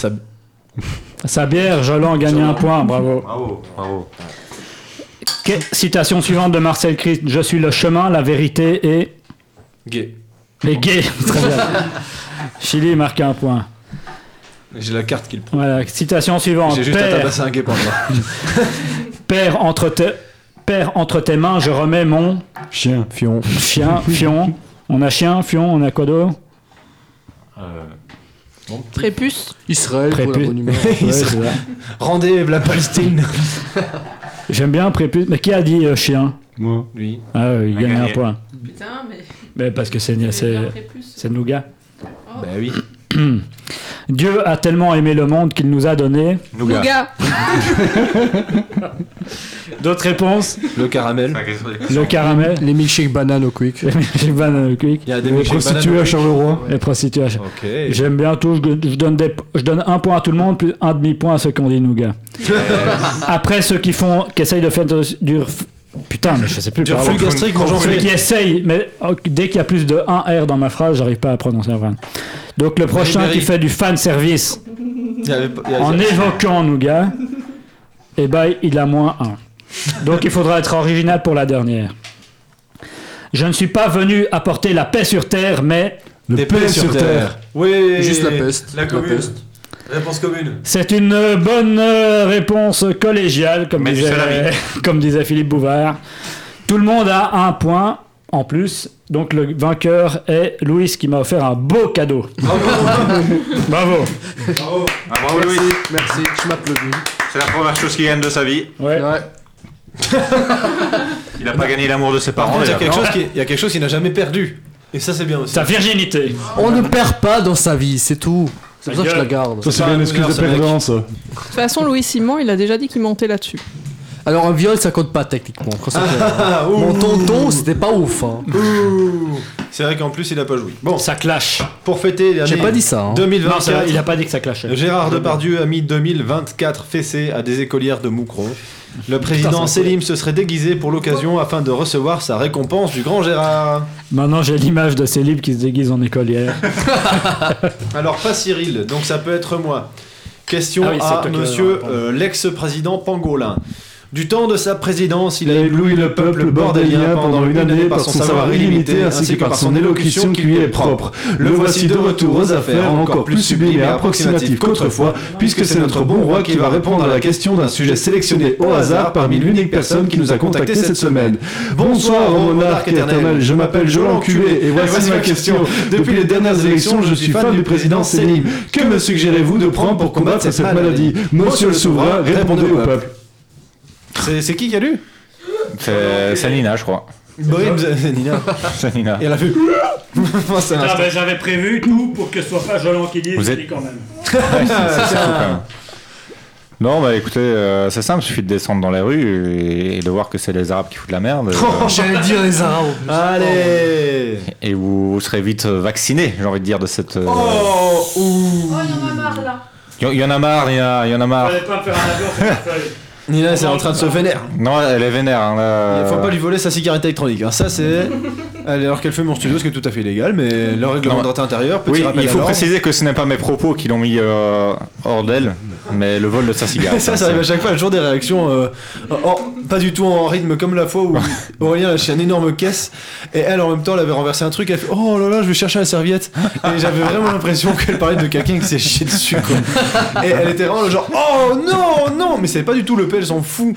S7: Sa bière, Jolan gagne un point, bravo.
S13: Bravo, bravo.
S7: Que- Citation suivante de Marcel Christ Je suis le chemin, la vérité et.
S3: Gay.
S7: Les gays. Très bien. Chili marque un point.
S3: J'ai la carte qu'il prend.
S7: Voilà, citation suivante.
S3: J'ai juste à
S7: Père-
S3: tabasser un gay pour moi.
S7: Père entre, tes, Père, entre tes mains, je remets mon
S15: Chien, fion.
S7: chien, fion. On a chien, fion, on a quoi d'autre
S8: Prépuce.
S5: Israël pour la
S7: Prépuce.
S5: bonne humeur.
S7: Ouais, c'est ça.
S3: Rendez la Palestine.
S7: J'aime bien prépuce. Mais qui a dit euh, chien
S3: Moi. Lui.
S7: Ah, oui, il
S3: A
S7: gagne un
S3: gagné.
S7: point.
S8: Putain, mais.
S7: Mais parce que c'est c'est c'est nougat.
S3: Bah oui.
S7: Dieu a tellement aimé le monde qu'il nous a donné
S8: Nougat. Nougat.
S7: D'autres réponses
S3: Le caramel.
S7: Le caramel.
S5: Les milkshakes bananes au quick.
S7: Les milkshakes bananes au quick.
S3: Il y a des
S7: Les
S3: milkshakes bananes
S7: prostituées
S3: au
S7: à
S3: quick.
S7: Charleroi. Les prostituées à Charleroi.
S3: Ok.
S7: J'aime bien tout. Je, je donne des, je donne un point à tout le monde, plus un demi-point à ceux qui ont dit nougat. Après, ceux qui font, qui essayent de faire de- du. ref- Putain, mais je sais plus.
S3: Du
S7: pardon.
S3: reflux gastrique, bonjour,
S7: Ceux
S3: Julie.
S7: qui essayent, mais oh, dès qu'il y a plus de 1 R dans ma phrase, j'arrive pas à prononcer la phrase. Donc le prochain
S3: Ribéry.
S7: qui fait du fan service
S3: Il y avait pas- il y avait-
S7: en évoquant nougat, eh ben il a moins 1. Donc il faudra être original pour la dernière. Je ne suis pas venu apporter la paix sur terre, mais
S3: Des paix sur terre. Oui.
S5: Juste la peste.
S3: La
S5: La
S3: commune.
S5: peste.
S3: Réponse commune.
S7: C'est une euh, bonne euh, réponse collégiale, comme
S13: Mais du
S7: disait,
S13: salami.
S7: comme disait Philippe Bouvard. Tout le monde a un point en plus. Donc le vainqueur est Louis qui m'a offert un beau cadeau. Bravo.
S13: Ah, bravo Louis.
S5: Merci, je m'applaudis.
S13: C'est la première chose qu'il gagne de sa vie.
S7: Ouais.
S5: Ouais.
S13: Il a pas gagné l'amour de ses
S3: Par
S13: parents.
S3: contre, il y a
S13: d'ailleurs.
S3: quelque chose qui- il y a quelque chose qu'il n'a jamais perdu. Et ça, c'est bien aussi.
S7: Sa virginité.
S5: On ne perd pas dans sa vie, c'est tout. C'est pour ça que je la
S7: gueule.
S5: garde.
S14: Ça, c'est bien une excuse de
S3: ça, mec.
S14: perdant, ça.
S8: De toute façon, Louis Simon, il a déjà dit qu'il mentait là-dessus.
S5: Alors un viol ça compte pas techniquement. Quand ça fait- Mon tonton c'était pas ouf. hein.
S3: Ah, Ouh. C'est vrai qu'en plus, il a pas joué. Bon,
S7: Ça clash.
S3: pour fêter l'année
S5: J'ai pas dit ça. hein.
S3: 2024,
S7: Non, c'est vrai, il a pas dit que ça clashait.
S3: Gérard Depardieu a mis 2024 fessées à des écolières de Moucron. Le président Selim se serait déguisé pour l'occasion afin de recevoir sa récompense du grand Gérard.
S7: Maintenant j'ai l'image de Célib qui se déguise en écolière.
S3: Alors pas Cyril, donc ça peut être moi. Question
S7: Ah oui, c'est toi
S3: à
S7: qui vas
S3: monsieur
S7: répondre.
S3: euh, l'ex-président Pangolin. Du temps de sa présidence, il a
S14: Il a
S3: ébloui le peuple bordelien pendant une année par son savoir illimité ainsi que par son élocution qui lui est propre. Le voici de retour aux affaires, encore plus sublime et approximatif qu'autrefois, puisque c'est notre bon roi qui va répondre à la question d'un sujet sélectionné au hasard parmi l'unique personne qui nous a contacté cette semaine.
S14: Bonsoir, ô monarque éternel. Je m'appelle Jolan Culé et voici ma question. Depuis les dernières élections, je suis fan du président Selim. Que me suggérez-vous de prendre pour combattre cette maladie Monsieur le souverain, répondez au peuple.
S3: C'est c'est qui qui a Ah. lu
S6: C'est c'est Nina, je crois.
S3: Bohème euh, Nina.
S6: C'est Nina.
S3: Et elle a fait. Enfin,
S14: Ah,
S3: c'est un instant.
S14: ben.
S7: j'avais prévu tout pour que ce soit pas Jolan qui dise,
S6: Vous je êtes- dis
S7: quand même.
S6: Non, bah écoutez, euh, c'est simple, il suffit de descendre dans les rues et, et de voir que c'est les Arabes qui foutent la merde.
S3: Oh.
S6: euh,
S5: J'allais dire les arabes.
S3: Allez
S6: et vous, vous serez vite euh, vacciné, j'ai envie de dire, de cette. euh,
S3: Oh ouh.
S6: Il y, il y en a marre, il y, en a- il y en a marre.
S7: pas faire un
S3: Nina, c'est en train de se vénère.
S6: Non, elle est vénère. hein, là.
S3: Il faut pas lui voler sa cigarette électronique. hein. Ça, c'est. Allez, Alors qu'elle fait mon studio, ce qui est tout à fait illégal, mais le règlement
S6: Non.
S3: d'ordre intérieur, petit
S6: Oui,
S3: rappel
S6: il
S3: à
S6: faut
S3: l'ordre.
S6: préciser que ce n'est pas mes propos qui l'ont mis euh, hors d'elle. mais le vol de sa cigarette. hein,
S3: ça, ça arrive à chaque fois, toujours des réactions euh, en- pas du tout en rythme comme la fois où Aurélien lâchait une énorme caisse et elle en même temps elle avait renversé un truc, elle fait Oh là là, je vais chercher la serviette. Et j'avais vraiment l'impression qu'elle parlait de quelqu'un qui s'est chié dessus quoi. Et elle était vraiment le genre Oh non, non, mais c'est pas du tout le P, elle s'en fout.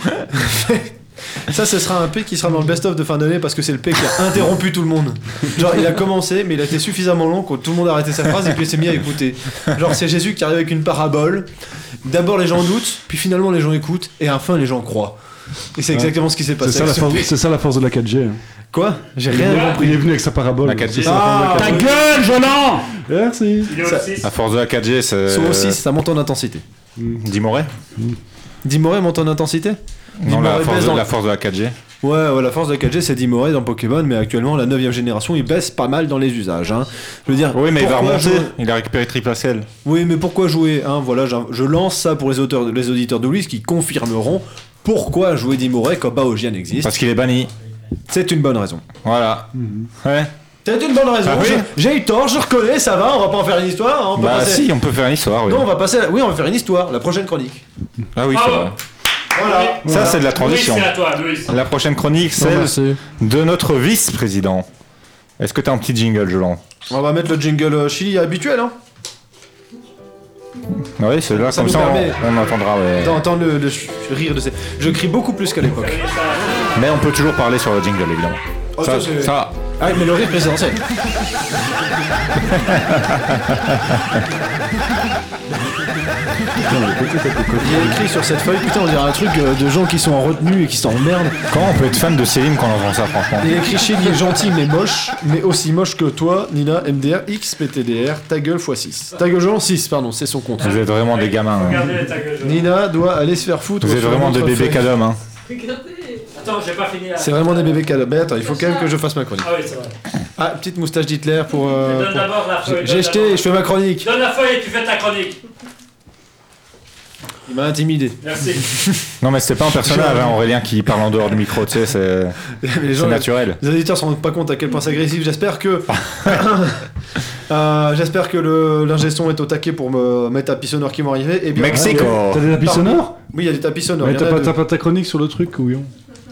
S3: Ça, ce sera un P qui sera dans le best-of de fin d'année parce que c'est le P qui a interrompu tout le monde. Genre, il a commencé, mais il a été suffisamment long que tout le monde a arrêté sa phrase et puis il s'est mis à écouter. Genre, c'est Jésus qui arrive avec une parabole. D'abord, les gens doutent, puis finalement, les gens écoutent, et à la fin, les gens croient. Et c'est exactement ce qui s'est passé.
S14: C'est ça, la
S3: avec ce
S14: force-
S3: P.
S14: c'est ça la force de la 4G. hein.
S3: Quoi J'ai
S14: Il est venu-
S3: rien Ah. compris.
S14: Il est venu avec sa parabole.
S6: La 4G.
S14: C'est ça, la force de la 4G.
S7: Ta gueule, Jolan
S14: Merci.
S6: À force de la 4G, c'est.
S3: Saut
S14: Euh,
S3: 6, ça monte en intensité.
S6: Dimoré
S3: Dimoré monte en intensité
S6: Non, la
S3: Dimoré
S6: force,
S3: baisse
S6: de,
S3: dans-
S6: la force de la 4G.
S3: Ouais, ouais, la force de la 4G, c'est Dimoré dans Pokémon, mais actuellement, la 9 génération, il baisse pas mal dans les usages. hein. Je veux dire,
S6: Oui, mais il va
S3: pourquoi
S6: remonter.
S3: jouer-
S6: Il a récupéré Triplaciel.
S3: Oui, mais pourquoi jouer hein Voilà, je, je lance ça pour les, auteurs, les auditeurs de Louis qui confirmeront pourquoi jouer Dimoré quand Baojian existe.
S6: Parce qu'il est banni.
S3: C'est une bonne raison.
S6: Voilà.
S3: Mhm.
S6: Ouais.
S3: C'est une bonne raison.
S6: Ah oui
S3: Je- J'ai eu tort, je reconnais, ça va, on va pas en faire une histoire. hein, on peut
S6: Bah
S3: passer-
S6: si, on peut faire une histoire, oui.
S3: Non, on va passer. à- Oui, on va faire une histoire, la prochaine chronique.
S6: Ah oui, c'est vrai.
S3: Voilà.
S6: Ça, c'est de la transition.
S7: toi, Louis.
S6: La prochaine chronique,
S15: Non,
S6: celle
S15: merci.
S6: de notre vice-président. Est-ce que t'as un petit jingle, Jolan
S3: On va mettre le jingle euh, chili habituel. Hein.
S6: Oui, celui-là,
S3: Ça
S6: comme
S3: nous
S6: ça, on-
S3: permet-
S6: on entendra. ouais.
S3: D'entendre le, le ch- rire de ces. Je crie beaucoup plus qu'à l'époque.
S6: Mais on peut toujours parler sur le jingle, évidemment.
S3: Oh,
S6: Ça,
S3: ça, c'est-
S6: ça.
S3: Ah, mais le rire présidentiel. Il y a écrit sur cette feuille, putain, on dirait un truc euh, de gens qui sont en retenue et qui s'emmerdent.
S6: Comment on peut être fan de Céline quand on entend ça, franchement
S3: Il y a écrit Chili est gentil mais moche, mais aussi moche que toi, Nina, MDR, X, PTDR, ta gueule x 6. Ta gueule genre 6, pardon, c'est son compte.
S6: Vous êtes vraiment des gamins. hein.
S3: Nina doit aller se faire foutre.
S6: Vous êtes
S3: sur
S6: vraiment
S3: une
S6: des
S3: autre
S6: bébés
S3: feuille.
S6: cadom. Hein.
S7: Attends, j'ai pas fini là.
S3: C'est vraiment des bébés cadavres. Ben, attends, il faut quand même que je fasse ma chronique.
S7: Ah oui, c'est vrai.
S3: Ah, petite moustache d'Hitler pour. euh,
S7: Donne
S3: pour-
S7: d'abord la feuille.
S3: J'ai
S7: donne
S3: jeté,
S7: d'abord.
S3: je fais ma chronique.
S7: Donne la feuille et tu fais ta chronique.
S3: Il m'a intimidé.
S7: Merci.
S6: Non, mais c'est pas un personnage, hein, Aurélien, qui parle en dehors du micro, tu sais, c'est
S3: Les
S6: c'est
S3: gens-
S6: naturel.
S3: Les auditeurs se rendent pas compte à quel point c'est agressif. J'espère que.
S14: Ah.
S3: Euh, J'espère que le- l'ingé son est au taquet pour me mettre à sonore qui m'ont arrivé. Et bien,
S6: Mexico.
S3: Pardon.
S14: Ah, T'as des tapis sonores
S3: Oui, il y a des tapis sonores.
S14: Mais
S3: il y en
S14: t'as
S3: a
S14: pas,
S3: deux.
S14: t'as pas ta chronique sur le truc, couillon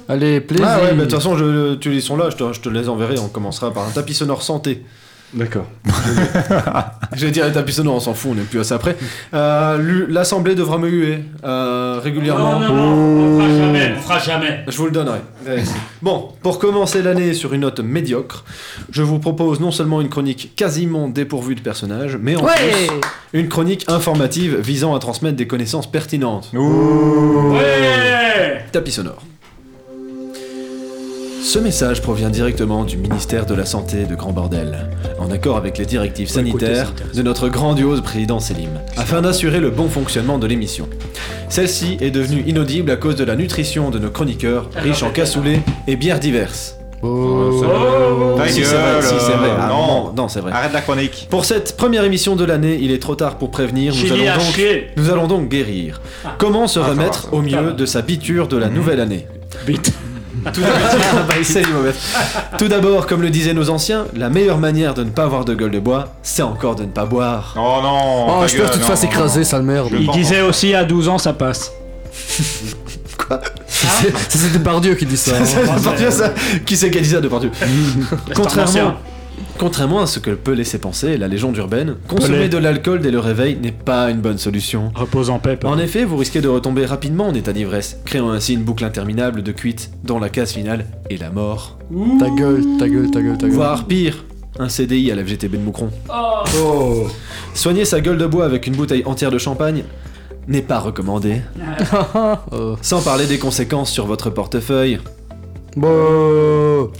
S5: Allez, plaisir.
S3: Ah ouais, mais de toute façon, je, tu les sont là, je te, je te les enverrai. On commencera par un tapis sonore santé.
S14: D'accord.
S3: Je vais dire les tapis sonores, on s'en fout, on est plus à ça après. Euh, l'u- L'Assemblée devra me huer euh, régulièrement.
S7: Non, non, non, on fera jamais, on fera jamais.
S3: Je vous le donnerai. Bon, pour commencer l'année sur une note médiocre, je vous propose non seulement une chronique quasiment dépourvue de personnages, mais en
S5: Ouais.
S3: plus une chronique informative visant à transmettre des connaissances pertinentes.
S7: Ouais
S3: Tapis sonore. Ce message provient directement du ministère de la Santé de Grand Bordel, en accord avec les directives sanitaires de notre grandiose président Selim, afin d'assurer le bon fonctionnement de l'émission. Celle-ci est devenue inaudible à cause de la nutrition de nos chroniqueurs, riches en cassoulet et bières diverses. Oh,
S6: Ta
S3: Si c'est vrai,
S6: gueule,
S3: si c'est vrai.
S6: euh,
S3: Ah,
S6: Non,
S3: non, non, c'est vrai.
S6: arrête la chronique.
S3: Pour cette première émission de l'année, il est trop tard pour prévenir. Nous
S7: Chili
S3: allons
S7: à
S3: donc,
S7: chier.
S3: nous allons donc guérir. Comment se remettre au mieux de sa biture de la nouvelle année
S7: Bite.
S3: Mm. Tout d'abord- Bah, c'est du mauvais. Tout d'abord, comme le disaient nos anciens, la meilleure manière de ne pas avoir de gueule de bois, c'est encore de ne pas boire.
S6: Oh non
S5: Oh,
S6: ta
S5: je peux
S6: gueule,
S5: que tu te
S6: non,
S5: fasses
S6: non,
S5: écraser, sale merde.
S6: Je-
S7: Il disait aussi à 12 ans ça passe.
S5: C'est- C'est Depardieu qui dit ça. hein.
S3: Ça, Depardieu, ça. Qui s'est qualifié à Depardieu Contrairement,
S7: ancien.
S3: contrairement à ce que peut laisser penser la légende urbaine, consommer de l'alcool dès le réveil n'est pas une bonne solution.
S7: Repose en paix.
S3: En effet, vous risquez de retomber rapidement en état d'ivresse, créant ainsi une boucle interminable de cuites dont la case finale est la mort.
S5: Ta gueule, ta gueule, ta gueule, ta gueule.
S3: Voire pire, un CDI à la FGTB de Moucron.
S6: Oh.
S3: Oh. Soigner sa gueule de bois avec une bouteille entière de champagne n'est pas recommandé.
S5: Oh.
S3: Sans parler des conséquences sur votre portefeuille.
S5: Bon.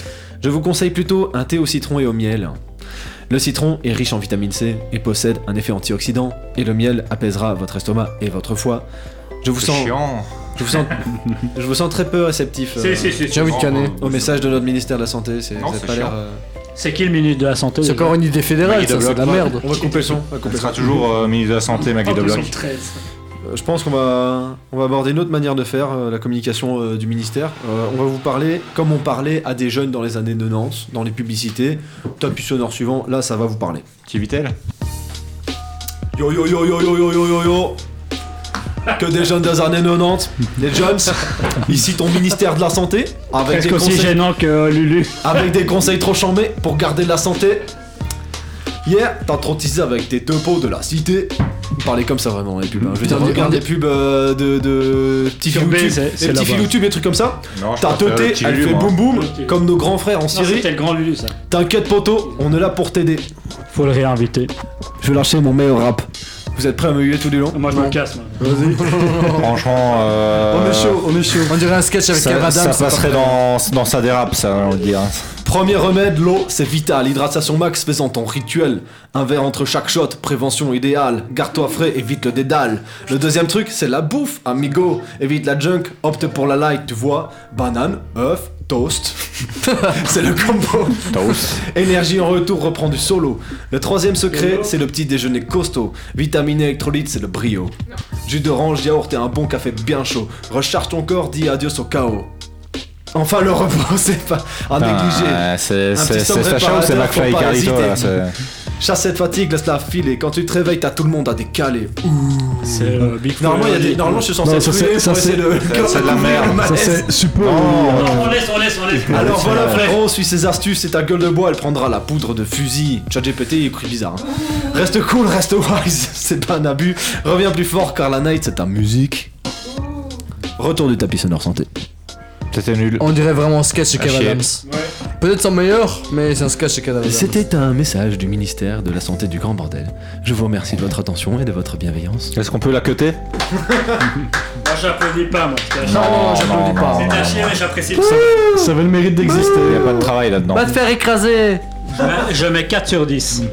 S3: Je vous conseille plutôt un thé au citron et au miel. Le citron est riche en vitamine C et possède un effet antioxydant, et le miel apaisera votre estomac et votre foie. Je vous
S6: C'est
S3: sens,
S6: chiant.
S3: je vous sens, je vous sens très peu réceptif euh,
S7: C'est, c'est, c'est,
S5: J'ai
S7: c'est.
S5: envie de canner.
S3: au message de notre ministère de la Santé. C'est,
S6: Non,
S3: vous avez
S6: c'est
S3: pas l'air,
S6: chiant.
S3: euh,
S7: C'est qui le ministre de la Santé
S5: C'est
S7: déjà
S5: encore une idée fédérale,
S6: Maggie
S5: ça, c'est de la
S6: Deblocq,
S5: merde.
S3: On va couper le son. on va couper
S6: Elle
S3: le son.
S6: sera toujours euh, ministre de la Santé,
S3: Ah,
S6: Maggie
S7: Oh,
S6: Debloc.
S7: ils sont 13.
S3: Euh, Je pense qu'on va, on va aborder une autre manière de faire euh, la communication euh, du ministère. Euh, on va vous parler comme on parlait à des jeunes dans les années 90, dans les publicités. Top sonore suivant, là ça va vous parler.
S6: Petit Vitel
S3: Yo yo yo yo yo yo yo yo yo que des jeunes des années 90, les Jones. Ici ton ministère de la santé, avec des
S7: Presque aussi
S3: conseils,
S7: gênant que euh, Lulu.
S3: avec des conseils trop chambés pour garder de la santé. Hier, t'as trottisé avec tes topos de la cité. Parlez comme ça vraiment les pubs. hein. Je veux dire,
S7: Non, mais
S3: regarde
S7: on est-
S3: des pubs euh, de, de petits
S7: Sur
S3: filous
S7: B,
S3: tubes,
S7: c'est-
S3: des
S7: c'est
S3: petits
S7: là-bas.
S3: filous tubes, des trucs comme ça.
S7: Non, je
S3: T'as
S7: préfère le
S3: teuté,
S7: petit
S3: elle
S7: Lulu,
S3: fait
S7: moi.
S3: boum boum, comme nos grands frères en Syrie.
S7: C'était le grand Lulu ça.
S3: T'inquiète poto, on est là pour t'aider.
S7: Faut le réinviter.
S3: Je vais lâcher mon meilleur rap. Vous êtes prêts à me huer tout du long
S7: Moi je me casse.
S3: Vas-y.
S6: Franchement, euh,
S3: On est chaud, on est chaud.
S5: On dirait un sketch avec
S6: ça,
S5: Kev
S6: ça
S5: Adams, c'est
S6: passerait
S5: pas
S6: dans, dans sa dérape, ça, on va le dire.
S3: Premier remède, l'eau, c'est vital. Hydratation max faisant ton rituel. Un verre entre chaque shot, prévention idéale. Garde-toi frais, évite le dédale. Le deuxième truc, c'est la bouffe, amigo. Évite la junk, opte pour la light, tu vois. Banane, œuf, toast. c'est le combo.
S6: Toast.
S3: Énergie en retour, reprend du solo. Le troisième secret, c'est le petit déjeuner costaud. Vitamine et électrolytes, c'est le brio. Jus d'orange, yaourt et un bon café bien chaud. Recharge ton corps, dis adieu au chaos. Enfin, le repos, c'est pas à
S6: Putain,
S3: négliger.
S6: ouais, c'est-
S3: Un
S6: c'est- c'est
S3: petit somme
S6: Sacha ou c'est
S3: réparateur
S6: McFly
S3: pour
S6: et Carlito,
S3: parasiter.
S6: là, c'est-
S3: Chasse cette fatigue, laisse-la filer. Quand tu te réveilles, t'as tout le monde à décaler.
S7: C'est euh, Big Flo
S3: Normalement, il y a
S7: Lulu.
S3: des... Normalement, je suis censé
S7: Non,
S3: être
S7: ça,
S3: brûlé
S7: c'est- ça,
S3: pour essayer
S7: c'est-
S3: de...
S7: ça, c'est de la merde.
S3: le malaise.
S7: Ça, c'est super-
S3: Non.
S7: Non, on laisse, on laisse, on laisse.
S3: Alors
S7: Ouais,
S3: voilà
S7: c'est vrai.
S3: frérot, suis ses astuces et ta gueule de bois, elle prendra la poudre de fusil. ChatGPT, il écrit bizarre. hein. Reste cool, reste wise, c'est pas un abus. Reviens plus fort car la night c'est ta musique. Retour du tapis sonore santé.
S6: C'était nul.
S5: On dirait vraiment un sketch de
S3: Ah,
S5: Kev
S3: chier.
S5: Adams. Peut-être son meilleur, mais c'est un sketch de Kev Adams.
S3: C'était un message du ministère de la Santé du Grand Bordel. Je vous remercie de votre attention et de votre bienveillance.
S6: Est-ce qu'on peut la cuter
S7: Moi j'applaudis pas moi. c'est à
S6: Non,
S7: chier.
S6: non, j'applaudis non, pas.
S7: C'est
S6: non,
S7: à chier mais j'apprécie
S6: Ça-
S7: le
S15: Ça avait le mérite d'exister.
S6: Il n'y a pas de travail là-dedans.
S5: Va te faire écraser
S7: Je- Je mets 4 sur 10.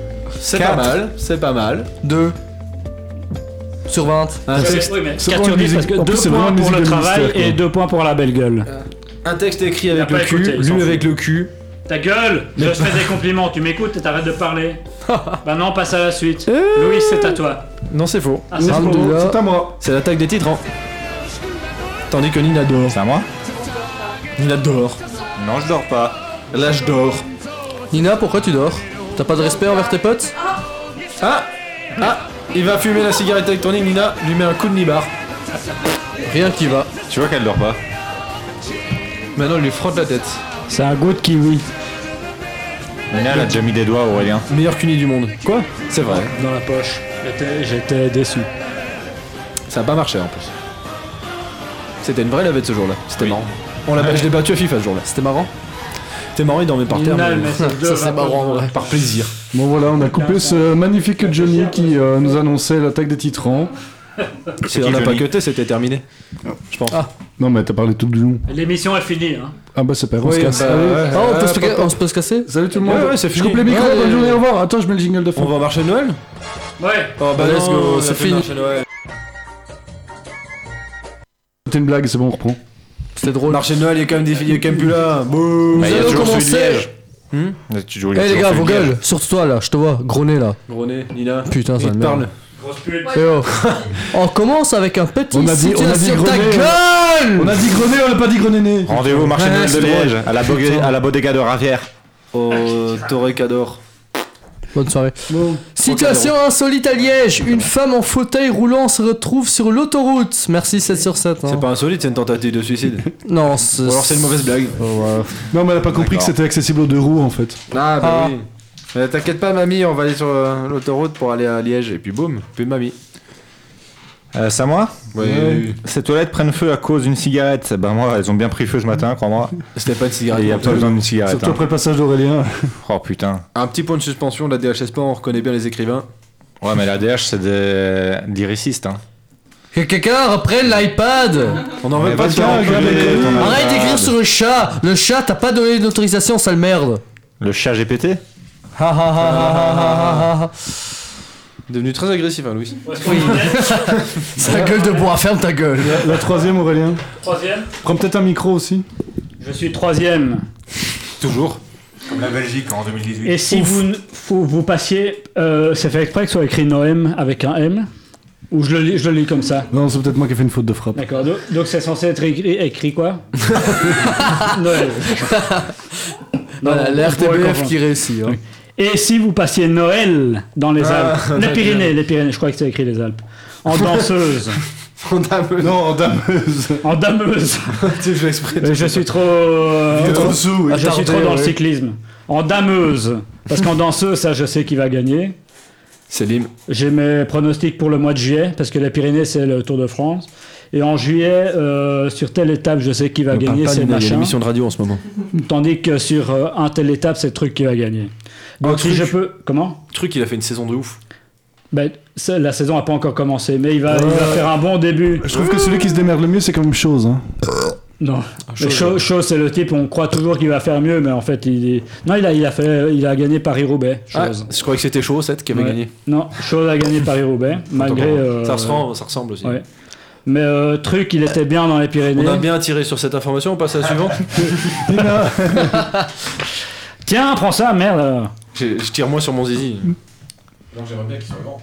S3: C'est pas mal, c'est pas mal.
S5: 2 sur 20.
S3: Ah,
S7: Je-
S3: c'est-
S7: oui, mais
S3: c'est
S7: 4
S3: vraiment
S7: sur 10
S3: musique-
S7: parce que
S3: en plus,
S7: 2
S3: c'est
S7: points
S3: vraiment
S7: pour le
S3: musique de
S7: travail
S3: ministère, quoi.
S7: et 2 points pour la belle gueule.
S3: Un texte écrit avec
S7: Il a
S3: le
S7: pas écouté,
S3: cul,
S7: il s'en
S3: lu
S7: fout.
S3: avec le cul.
S7: Ta gueule Je
S3: Mais-
S7: te fais des compliments, tu m'écoutes et t'arrêtes de parler. bah non, passe à la suite. Louis, c'est à toi.
S3: Non, c'est faux.
S7: Ah, c'est faux. Alhamdoulilah.
S3: C'est à moi. C'est l'attaque des titres. hein. Tandis que Nina dort.
S6: C'est à moi
S3: Nina dort.
S6: Non, je dors pas.
S3: Là, je dors.
S5: Nina, pourquoi tu dors T'as pas de respect envers tes potes
S3: Ah Ah Il va fumer la cigarette électronique, Nina lui met un coup de nibar.
S5: Rien qui va.
S6: Tu vois qu'elle dort pas.
S3: Maintenant, il lui frotte la tête.
S7: C'est un goût de kiwi.
S6: Nina, elle a déjà mis des doigts, Aurélien.
S3: Meilleur cuny du monde. Quoi C'est vrai.
S7: Dans la poche. J'étais- J'étais déçu.
S3: Ça a pas marché en plus. C'était une vraie lavette ce jour-là. C'était marrant. On l'a, je l'ai battu à FIFA ce jour-là.
S5: C'était marrant
S3: C'était marrant, il dormait par terre.
S7: Nina,
S3: mais-
S7: elle met ses deux
S5: Ça, c'est
S7: vingt
S5: marrant,
S7: points.
S5: ouais.
S3: Par plaisir.
S14: Bon voilà, on a coupé ce magnifique Johnny qui euh, nous annonçait l'attaque des titrans.
S3: Si on n'a pas cuté, c'était terminé. Je pense.
S14: Non mais t'as parlé tout du long.
S7: L'émission est finie. Hein.
S14: Ah bah c'est pas grave, on
S3: Oui,
S14: se casse.
S3: bah,
S14: Allez.
S3: ouais.
S5: Ah, on peut, se...
S14: papa.
S5: on se peut se casser
S14: Salut tout le monde.
S3: Ouais, ouais, c'est
S14: Je
S3: fini.
S14: coupe les micros,
S5: Ouais.
S14: bonne journée, hein. au revoir. Attends, je mets le jingle de fin.
S3: On va au marché de Noël
S7: Ouais.
S3: Oh bah
S5: Let's go,
S3: on a
S5: c'est
S3: fait
S5: fini.
S3: le marché de Noël.
S14: C'était une blague, c'est bon, on reprend.
S5: C'était drôle.
S3: Marché de Noël, il y a quand même des filles, il y a quand même plus là. Bouh.
S6: Bah, il y a
S5: allons
S6: toujours celui de
S5: commencer.
S6: Liège.
S3: Hmm
S6: Il y a toujours- il
S5: Eh
S6: y a
S5: les
S6: toujours
S5: gars,
S6: celui
S5: vos
S6: de Liège.
S5: gueules Surtout toi là, je te vois, gros nez là.
S3: Gros nez, Nina.
S5: Putain, Oh, ça
S3: il te
S5: merde.
S3: parle.
S7: Grosse pute.
S5: Eh oh. on commence avec un petit
S14: On a dit- on a dit
S5: situation.
S14: gros
S5: ta
S14: nez,
S5: gueule
S14: On a dit grené, on a pas dit grenéné.
S6: Rendez-vous au marché de
S5: Ouais,
S6: Noël de
S5: c'est
S6: Liège,
S5: drôle.
S6: à la, bodega-
S5: Putain.
S6: à la bodega de Ravière.
S3: Oh, Torrecador.
S5: Bonne soirée. Situation insolite à Liège. Une femme en fauteuil roulant se retrouve sur l'autoroute. Merci 7 sur 7. hein.
S3: C'est pas insolite, c'est une tentative de suicide.
S5: Non, c'est...
S3: Ou alors c'est une mauvaise blague.
S14: Non mais elle a pas compris que c'était accessible aux deux roues en fait.
S3: Ah
S5: bah
S3: oui. T'inquiète pas, mamie, on va aller sur euh, l'autoroute pour aller à Liège. Et puis boum, plus de mamie.
S6: Euh, c'est à moi
S3: Oui.
S6: Ces toilettes prennent feu à cause d'une cigarette. Bah moi, elles ont bien pris feu ce matin, crois-moi.
S3: C'était pas une
S6: Et
S5: Ah,
S3: cigarette. hein.
S6: il n'y a pas besoin d'une cigarette.
S14: Surtout après le passage d'Aurélien.
S6: hein. Oh putain.
S3: Un petit point de suspension, la DHS pas, on reconnaît bien les écrivains.
S6: Ouais, mais la DH, c'est des... l'irisiste. Hein.
S5: Que quelqu'un reprenne l'iPad.
S3: On en
S6: Mais
S3: veut pas
S6: va
S3: de
S6: te faire
S3: ça.
S6: enculer,
S14: enculé.
S4: Ah,
S6: ton
S5: Arrête
S6: malade.
S5: d'écrire sur le chat. Le chat, t'as pas donné d'autorisation, sale merde.
S6: Le chat GPT
S5: Ha, ha, ha, ha, ha, ha, ha.
S3: Devenu très agressif, hein, Louis.
S7: Où est-ce qu'on en est
S5: Sa gueule de bois, ferme ta gueule.
S14: La, la troisième Aurélien.
S7: Troisième.
S14: Prends peut-être un micro aussi.
S7: Je suis troisième.
S3: Toujours.
S13: Comme la Belgique en 2018.
S7: Et si vous, n- vous, vous passiez, euh, c'est fait exprès que soit écrit Noem avec un M Ou je le, lis- je le lis comme ça
S14: Non, c'est peut-être moi qui ai fait une faute de frappe.
S7: D'accord, do- donc c'est censé être écrit, écrit quoi Noël. Non,
S5: Voilà,
S7: on
S5: la
S7: pourrait
S5: RTBF
S7: comprendre.
S5: qui réussit. hein.
S7: Et si vous passiez Noël dans les
S3: Ah,
S7: Alpes Les Pyrénées, les Pyrénées, je crois que c'est écrit les Alpes. En danseuse.
S3: En dameuse.
S14: Non, en dameuse.
S7: En dameuse.
S3: tu fais exprès.
S7: Euh, Je suis trop.
S3: Ah,
S7: euh,
S14: Il est trop sous, il est
S7: je
S14: tardé,
S7: suis trop dans le
S14: ouais.
S7: cyclisme. En dameuse. Parce qu'en danseuse, ça, je sais qui va gagner.
S3: Célim.
S7: J'ai mes pronostics pour le mois de juillet, parce que la Pyrénées, c'est le Tour de France. Et en juillet, euh, sur telle étape, je sais qui
S3: On
S7: va
S3: parle
S7: gagner,
S3: pas
S7: c'est
S3: d'une- il y a une
S7: machin.
S3: émission de radio en ce moment.
S7: Tandis que sur euh, un telle étape, c'est le truc qui va gagner. Donc si je peux. Comment
S3: Truc, il a fait une saison de ouf.
S7: Ben, ça, la saison n'a pas encore commencé, mais il va, il
S15: Ouais.
S7: va faire un bon début.
S14: Je trouve que celui qui se démerde le mieux, c'est quand même chose. Hein.
S7: Non,
S3: Ah,
S14: Shaw,
S7: Mais Shaw, Shaw, c'est le type, on croit toujours qu'il va faire mieux, mais en fait, il est- Non, il a, il a, fait, il a gagné Paris-Roubaix.
S3: Ah,
S7: Chose.
S3: je croyais que c'était Chaussette qui avait
S7: Ouais.
S3: gagné.
S7: Non, Shaw a gagné Paris-Roubaix, malgré. euh,
S3: Ça, ressemble, ça ressemble aussi.
S7: ouais. Mais euh, truc, il était bien dans les Pyrénées.
S3: On a bien tiré sur cette information, on passe à la suivante.
S7: Tiens, prends ça, merde
S3: je, je tire moi sur mon zizi.
S13: Non, j'aimerais bien qu'ils soient grands.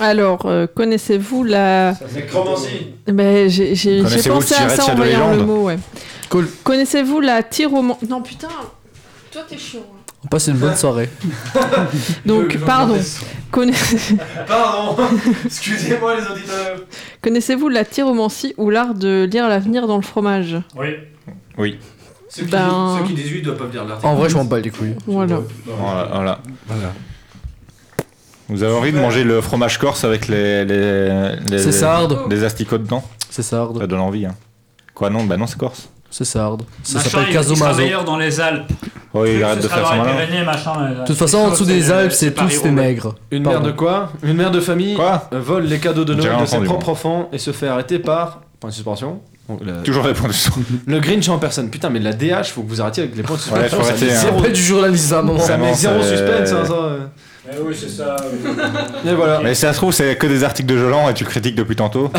S8: Alors, euh, connaissez-vous la.
S13: Nécromancie.
S8: Ben, j'ai- j'ai j'ai
S13: Connaissez-vous
S8: pensé
S13: le
S8: à
S13: tiret de
S8: ça en
S13: Shadow
S8: voyant le
S13: Legend
S8: mot, ouais. Connaissez-vous la tyromant. Non, putain, toi t'es chiant. hein.
S5: On passe une bonne soirée.
S8: Donc,
S5: Jean
S8: pardon.
S5: Barthès.
S8: Conna-
S3: Pardon Excusez-moi les auditeurs
S8: Connaissez-vous la tyromancie ou l'art de lire l'avenir dans le fromage
S3: Ah,
S7: Oui.
S6: Oui.
S3: Ceux qui,
S8: Ben-
S3: ceux qui disent oui doivent pas venir l'article.
S5: En vrai, je m'en bats les couilles.
S8: Voilà.
S6: Voilà, voilà. Vous avez envie de manger le fromage corse avec les. les, les-
S5: C'est sarde.
S6: Les asticots dedans
S5: C'est sarde.
S6: Ça donne envie, hein. Quoi, non Bah non, c'est corse.
S5: C'est sarde. Ça
S7: Machin,
S5: s'appelle
S7: il- il sera
S5: Casomazo.
S7: meilleur dans les Alpes.
S6: Oui, Oh, il arrête
S7: Ce
S6: de
S7: sera
S6: faire
S7: dans
S6: son
S7: les
S6: malin.
S7: Pyrénées, machin, euh,
S5: De toute façon, en dessous des Alpes, c'est tous des maigres.
S3: Une
S5: Pardon.
S3: mère de quoi Une mère de famille vole les cadeaux de
S6: J'ai
S3: Noël
S6: rien
S3: de ses
S6: entendu,
S3: propres enfants et se fait arrêter par. Point de suspension. Donc, le-
S6: Toujours les points de son.
S3: Le Grinch en personne. Putain, mais la DH, faut que vous arrêtiez avec les points de suspension.
S6: Ouais, faut
S3: ça
S6: arrêter,
S3: met
S6: hein.
S3: zéro-
S5: Après du journalisme à un moment.
S3: Ça met
S6: Vraiment,
S3: zéro
S6: c'est-
S3: suspense, hein, ça. euh.
S7: Eh oui, c'est ça.
S3: Et voilà.
S6: Mais si ça se trouve, c'est que des articles de Jolan et tu critiques depuis tantôt.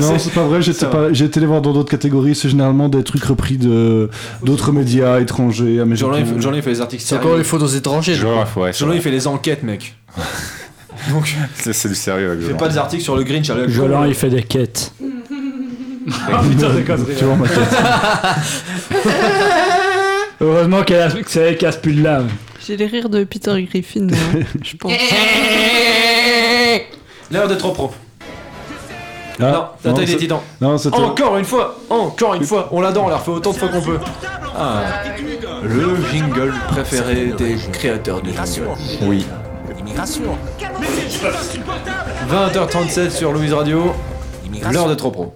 S14: Non, c'est pas vrai, j'étais pas- j'ai été les voir dans d'autres catégories, c'est généralement des trucs repris de d'autres médias étrangers, américains.
S3: Jean-Louis, il fait- Jean-Louis, il fait les articles
S5: C'est
S3: sérieux.
S5: encore les photos étrangères.
S6: Jolan, ouais, c'est
S3: Jean-Louis,
S6: vrai.
S3: il fait les enquêtes, mec. Donc,
S6: C'est c'est du sérieux avec
S3: il fait
S6: Jolan.
S3: pas des articles sur le Grinch à la
S7: Jolan, il fait des quêtes. Ah, putain, de conneries.
S14: Tu vois, ma tête.
S7: Heureusement qu'elle a- que c'est elle qui a ce pull-là.
S8: J'ai les rires de Peter Griffin, hein, je pense.
S3: L'air d'être trop propre. non,
S4: Ah.
S3: l'attaque des
S14: c'est-
S3: titans.
S14: Ah. Non, c'était.
S3: Encore une fois, encore une fois, on l'adore, on la refait autant de fois qu'on peut. Ah, le jingle préféré des créateurs de jingles.
S6: Oui.
S3: 20h37 sur Louise Radio, l'heure d'être pro.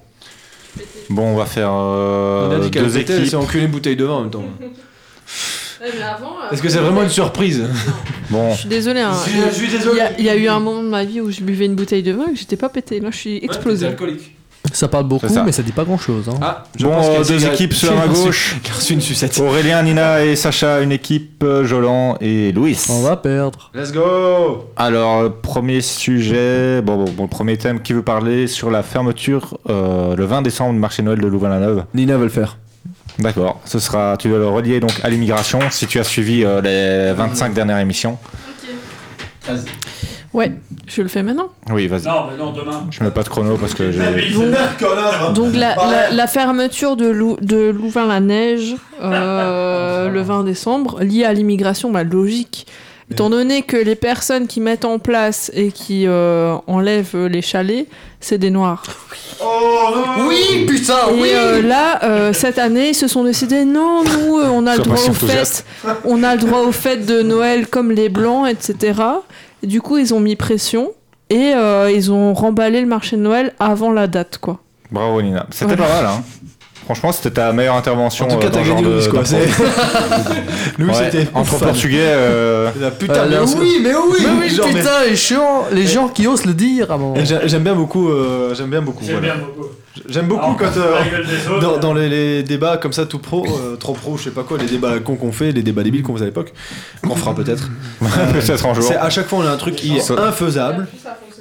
S6: Bon, on va faire
S3: On
S6: euh,
S3: a dit qu'elle
S6: deux
S3: était, elle s'est
S6: équipes.
S3: enculée une bouteille de vin en même temps.
S8: mais avant, euh,
S3: Est-ce que c'est vraiment une surprise
S6: Bon,
S8: Je suis désolée. hein.
S3: Je suis- je suis désolé.
S8: Il y a- Il y, a eu un moment de ma vie où je buvais une bouteille de vin et que j'étais pas pété. Là, je suis explosée.
S3: alcoolique.
S5: Ça parle beaucoup,
S6: C'est ça.
S5: mais ça dit pas hein. grand chose.
S3: Ah, je
S6: bon
S3: pense
S6: euh,
S3: qu'elle s'est
S6: deux
S3: garée-
S6: équipes sur ma gauche.
S3: Qui a reçu une sucette.
S6: Aurélien, Nina et Sacha, une équipe. euh, Jolan et Louis.
S5: On va perdre.
S3: Let's go
S6: Alors, euh, premier sujet, bon, bon, bon, premier thème, qui veut parler sur la fermeture euh, le 20 décembre du marché Noël de Louvain-la-Neuve
S3: Nina veut le faire.
S6: D'accord, ce sera, tu dois le relier donc à l'immigration si tu as suivi euh, les 25 dernières émissions.
S8: Ouais, je le fais maintenant.
S6: Oui, vas-y.
S7: Non, mais non, demain.
S6: Je mets pas de chrono parce que j'ai.
S8: Donc, donc la, la- la fermeture de, Lou- de Louvain-la-Neige euh, le 20 décembre, liée à l'immigration, bah, logique. Étant donné que les personnes qui mettent en place et qui euh, enlèvent les chalets, c'est des noirs.
S5: Ah Oui, putain,
S8: Et euh, là, euh, cette année, ils se sont décidés non, nous, euh, on
S6: Sois
S8: a le
S6: pas
S8: droit
S6: si
S8: aux
S6: enthousiaste.
S8: fêtes, on a le droit aux fêtes de Noël comme les blancs, etc. Et du coup, ils ont mis pression et euh, ils ont remballé le marché de Noël avant la date, quoi.
S6: Bravo Nina, c'était
S8: Voilà.
S6: pas mal hein. Franchement, c'était ta meilleure intervention.
S3: En tout cas,
S6: euh, dans
S3: t'as
S6: le genre
S3: gagné
S6: de-
S3: Louis, quoi.
S6: d'impro.
S3: c'est- Louis,
S6: Ouais,
S3: c'était.
S6: entre
S3: fan.
S6: portugais. euh,
S3: La putain de
S5: mais
S3: Louis.
S5: oui, mais oui,
S3: Mais oui, genre, mais-
S5: putain, les chiants, les gens qui osent le dire à un moment.
S3: Et j'ai- J'aime bien beaucoup. euh, J'aime bien beaucoup. voilà.
S7: beaucoup.
S3: J'aime beaucoup
S7: Alors,
S3: quand euh,
S7: la gueule des autres.
S3: dans, dans les, les débats comme ça tout pro, euh, trop pro, je sais pas quoi, les débats à la con qu'on fait, les débats débiles qu'on faisait à l'époque, on fera peut-être.
S6: Peut-être un jour.
S3: C'est à chaque fois on a un truc qui est
S6: Ça-
S3: infaisable.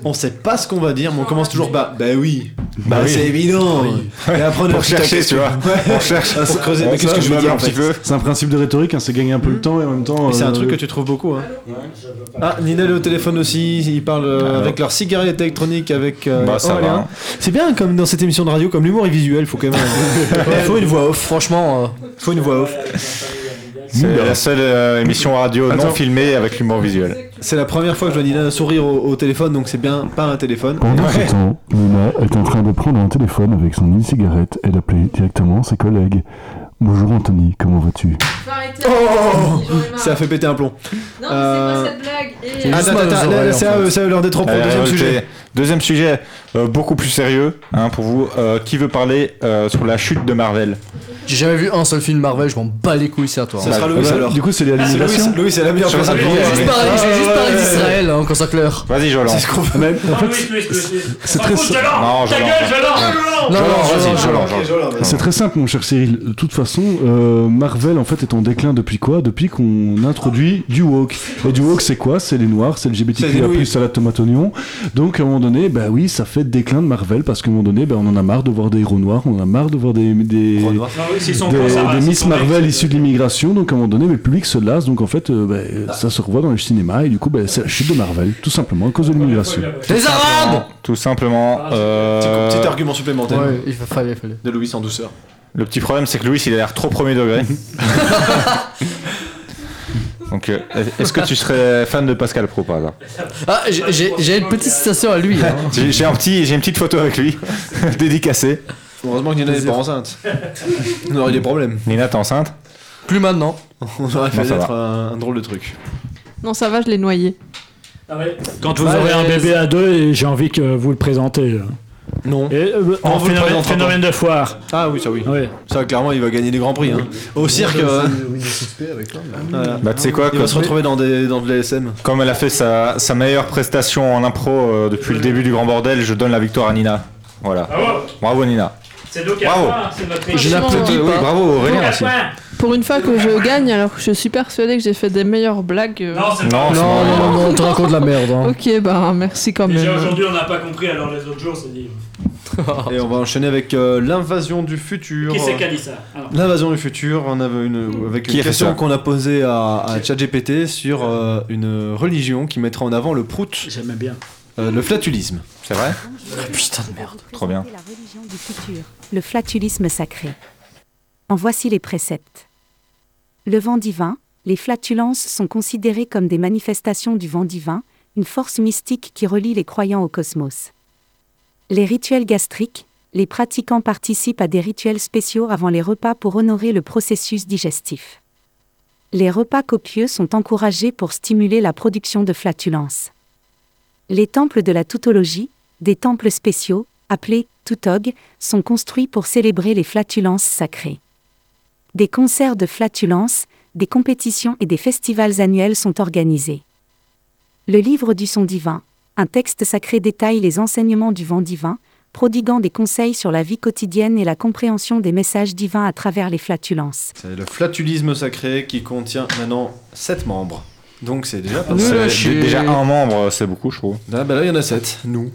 S3: On sait pas ce qu'on va dire, mais on commence toujours bah bah oui, bah,
S6: oui.
S3: c'est évident. Et après on
S6: Pour chercher, tu vois. On cherche.
S3: à se creuser.
S6: On
S3: Mais qu'est-ce que
S6: se
S3: je vais
S6: meuble
S3: dire
S6: un
S3: en
S6: petit
S3: fait
S6: peu.
S14: C'est un principe de rhétorique, hein, c'est gagner un peu le temps et en même temps.
S3: Mais Hmm. c'est un
S14: euh,
S3: truc que tu trouves beaucoup. Hein. Ah, Nina est au téléphone aussi. Ils parlent euh, avec leur cigarette électronique. avec. euh,
S6: Ah, Bah, ça
S3: Aurélien.
S6: va, hein.
S3: C'est bien comme dans cette émission de radio, euh, comme l'humour est visuel, faut quand même. Il faut une voix off.
S5: Franchement, euh,
S3: Faut une voix off.
S6: C'est la seule euh, émission radio non
S3: Attends.
S6: filmée avec l'humour visuel.
S3: C'est la première fois que je vois Nina sourire au, au téléphone, donc c'est bien pas un téléphone.
S4: Pendant ce temps, Nina est en train de prendre un téléphone avec son e-cigarette et d'appeler directement ses collègues. Bonjour Anthony, comment vas-tu
S3: Oh Ça Euh. Ah. a fait péter un plomb. Non, mais
S8: c'est
S3: quoi cette blague Attends, attends, là, là, c'est à eux, c'est à eux l'heure des trop pour le
S6: Allez,
S3: deuxième
S6: ok.
S3: sujet.
S6: Deuxième sujet, euh, beaucoup plus sérieux hein, pour vous. Euh, qui veut parler euh, sur la chute de Marvel
S5: J'ai jamais vu un seul film Marvel, je m'en bats les couilles, c'est à toi.
S6: Ça sera Louis, alors. Du coup, c'est les animations
S3: Louis, Ah, c'est la meilleure
S6: Je
S3: personne
S6: vais
S3: pour
S6: dire.
S3: moi.
S6: Juste
S5: Pareil, je vais juste parler d'Israël, hein, quand ça claire.
S6: Vas-y, Jolan.
S5: C'est ce qu'on
S14: Ah,
S5: veut.
S4: Même-
S7: Ah
S4: en fait,
S5: c'est
S4: très simple.
S6: Non, Jolan.
S5: Non, non,
S6: Jolan, vas-y, Jolan, Jolan.
S4: C'est très simple, mon cher Cyril. De toute façon, euh, Marvel en fait est en déclin depuis quoi Depuis qu'on introduit du woke. Et du woke, c'est quoi C'est les noirs,
S3: C'est
S4: c'est LGBTQIA+,
S3: les
S4: à la tomate oignon. Donc à un moment donné, bah oui, ça fait déclin de Marvel parce qu'à un moment donné, bah, on en a marre de voir des héros noirs, on en a marre de voir des des,
S16: Ah oui, s'ils sont
S4: des-
S16: blancs, ça va,
S4: des
S16: s'ils
S4: Miss
S16: sont
S4: Marvel issues de l'immigration. Donc à un moment donné, bah, le public se lasse. Donc en fait, euh, bah, ça se revoit dans le cinéma et du coup, bah, c'est la chute de Marvel, tout simplement à cause de l'immigration.
S6: Les Arabes Tout simplement. euh,
S3: Ah, Petit argument supplémentaire.
S6: Ouais,
S5: il fallait, fallait.
S3: De Louis en douceur.
S6: Le petit problème, c'est que Louis, il a l'air trop premier degré. Donc, euh, est-ce que tu serais fan de Pascal Pro, par exemple
S5: Ah, j'ai- j'ai j'ai une petite citation à lui. hein.
S6: J'ai j'ai un petit, j'ai une petite photo avec lui, dédicacée.
S3: Heureusement que Nina n'est pas enceinte. On aurait eu des problèmes.
S6: Nina, t'es enceinte
S5: Plus maintenant.
S3: On aurait fait
S6: Non, ça
S3: être
S6: va.
S3: un, un drôle de truc.
S8: Non, ça va, je l'ai noyé.
S16: Ah
S7: Quand vous
S8: Ouais,
S7: aurez un
S8: ouais,
S7: bébé à deux, et j'ai envie que vous le présentez.
S3: Non.
S7: Et, euh,
S3: On
S7: en
S3: vous le
S7: phénomène,
S3: présentera
S7: phénomène de foire.
S3: Ah oui, ça oui. Ça, clairement, il va gagner des grands prix. hein. Au cirque. euh, voilà.
S6: Bah, tu sais quoi
S3: Il va se
S6: comme-
S3: retrouver dans, des, dans de l'ASM.
S6: Comme elle a fait sa, sa meilleure prestation en impro euh, depuis le début du Grand Bordel, je donne la victoire à Nina. Voilà.
S16: Bravo.
S6: Bravo, Nina.
S16: Ah C'est donc à
S6: Bravo.
S16: point, c'est notre
S6: Je
S16: équipe.
S6: l'applaudis Oui, pas. bravo, Aurélien
S16: Donc à
S6: aussi.
S16: point.
S8: Pour une fois que je gagne, alors que je suis persuadée que j'ai fait des meilleures blagues. euh.
S16: Non, c'est pas
S5: Non,
S16: vrai.
S5: non, non, non, on te raconte de la merde. hein.
S8: Ok, bah merci quand même.
S16: Déjà aujourd'hui, on n'a pas compris, alors les autres jours, c'est dit.
S6: Ah.
S3: Et on va enchaîner avec euh, l'invasion du futur.
S16: Qui c'est qui a dit ça Alors.
S3: L'invasion du futur, on avait une, avec
S6: Qui a
S3: une
S6: fait ça
S3: question qu'on a posée à, à ChatGPT sur euh, une religion qui mettra en avant le prout. euh,
S7: J'aimais bien.
S3: le flatulisme.
S6: C'est vrai
S7: Putain de merde.
S6: Trop bien.
S11: La religion du futur, le flatulisme sacré. En voici les préceptes. Le vent divin, les flatulences sont considérées comme des manifestations du vent divin, une force mystique qui relie les croyants au cosmos. Les rituels gastriques, les pratiquants participent à des rituels spéciaux avant les repas pour honorer le processus digestif. Les repas copieux sont encouragés pour stimuler la production de flatulences. Les temples de la toutologie, des temples spéciaux, appelés toutog, sont construits pour célébrer les flatulences sacrées. Des concerts de flatulences, des compétitions et des festivals annuels sont organisés. Le livre du son divin, un texte sacré détaille les enseignements du vent divin, prodiguant des conseils sur la vie quotidienne et la compréhension des messages divins à travers les flatulences.
S3: C'est le flatulisme sacré qui contient maintenant 7 membres. Donc c'est déjà pas
S6: C'est
S3: mal.
S6: dé- Déjà un membre, c'est beaucoup, je trouve.
S3: Ah, bah là, il y en a 7, nous.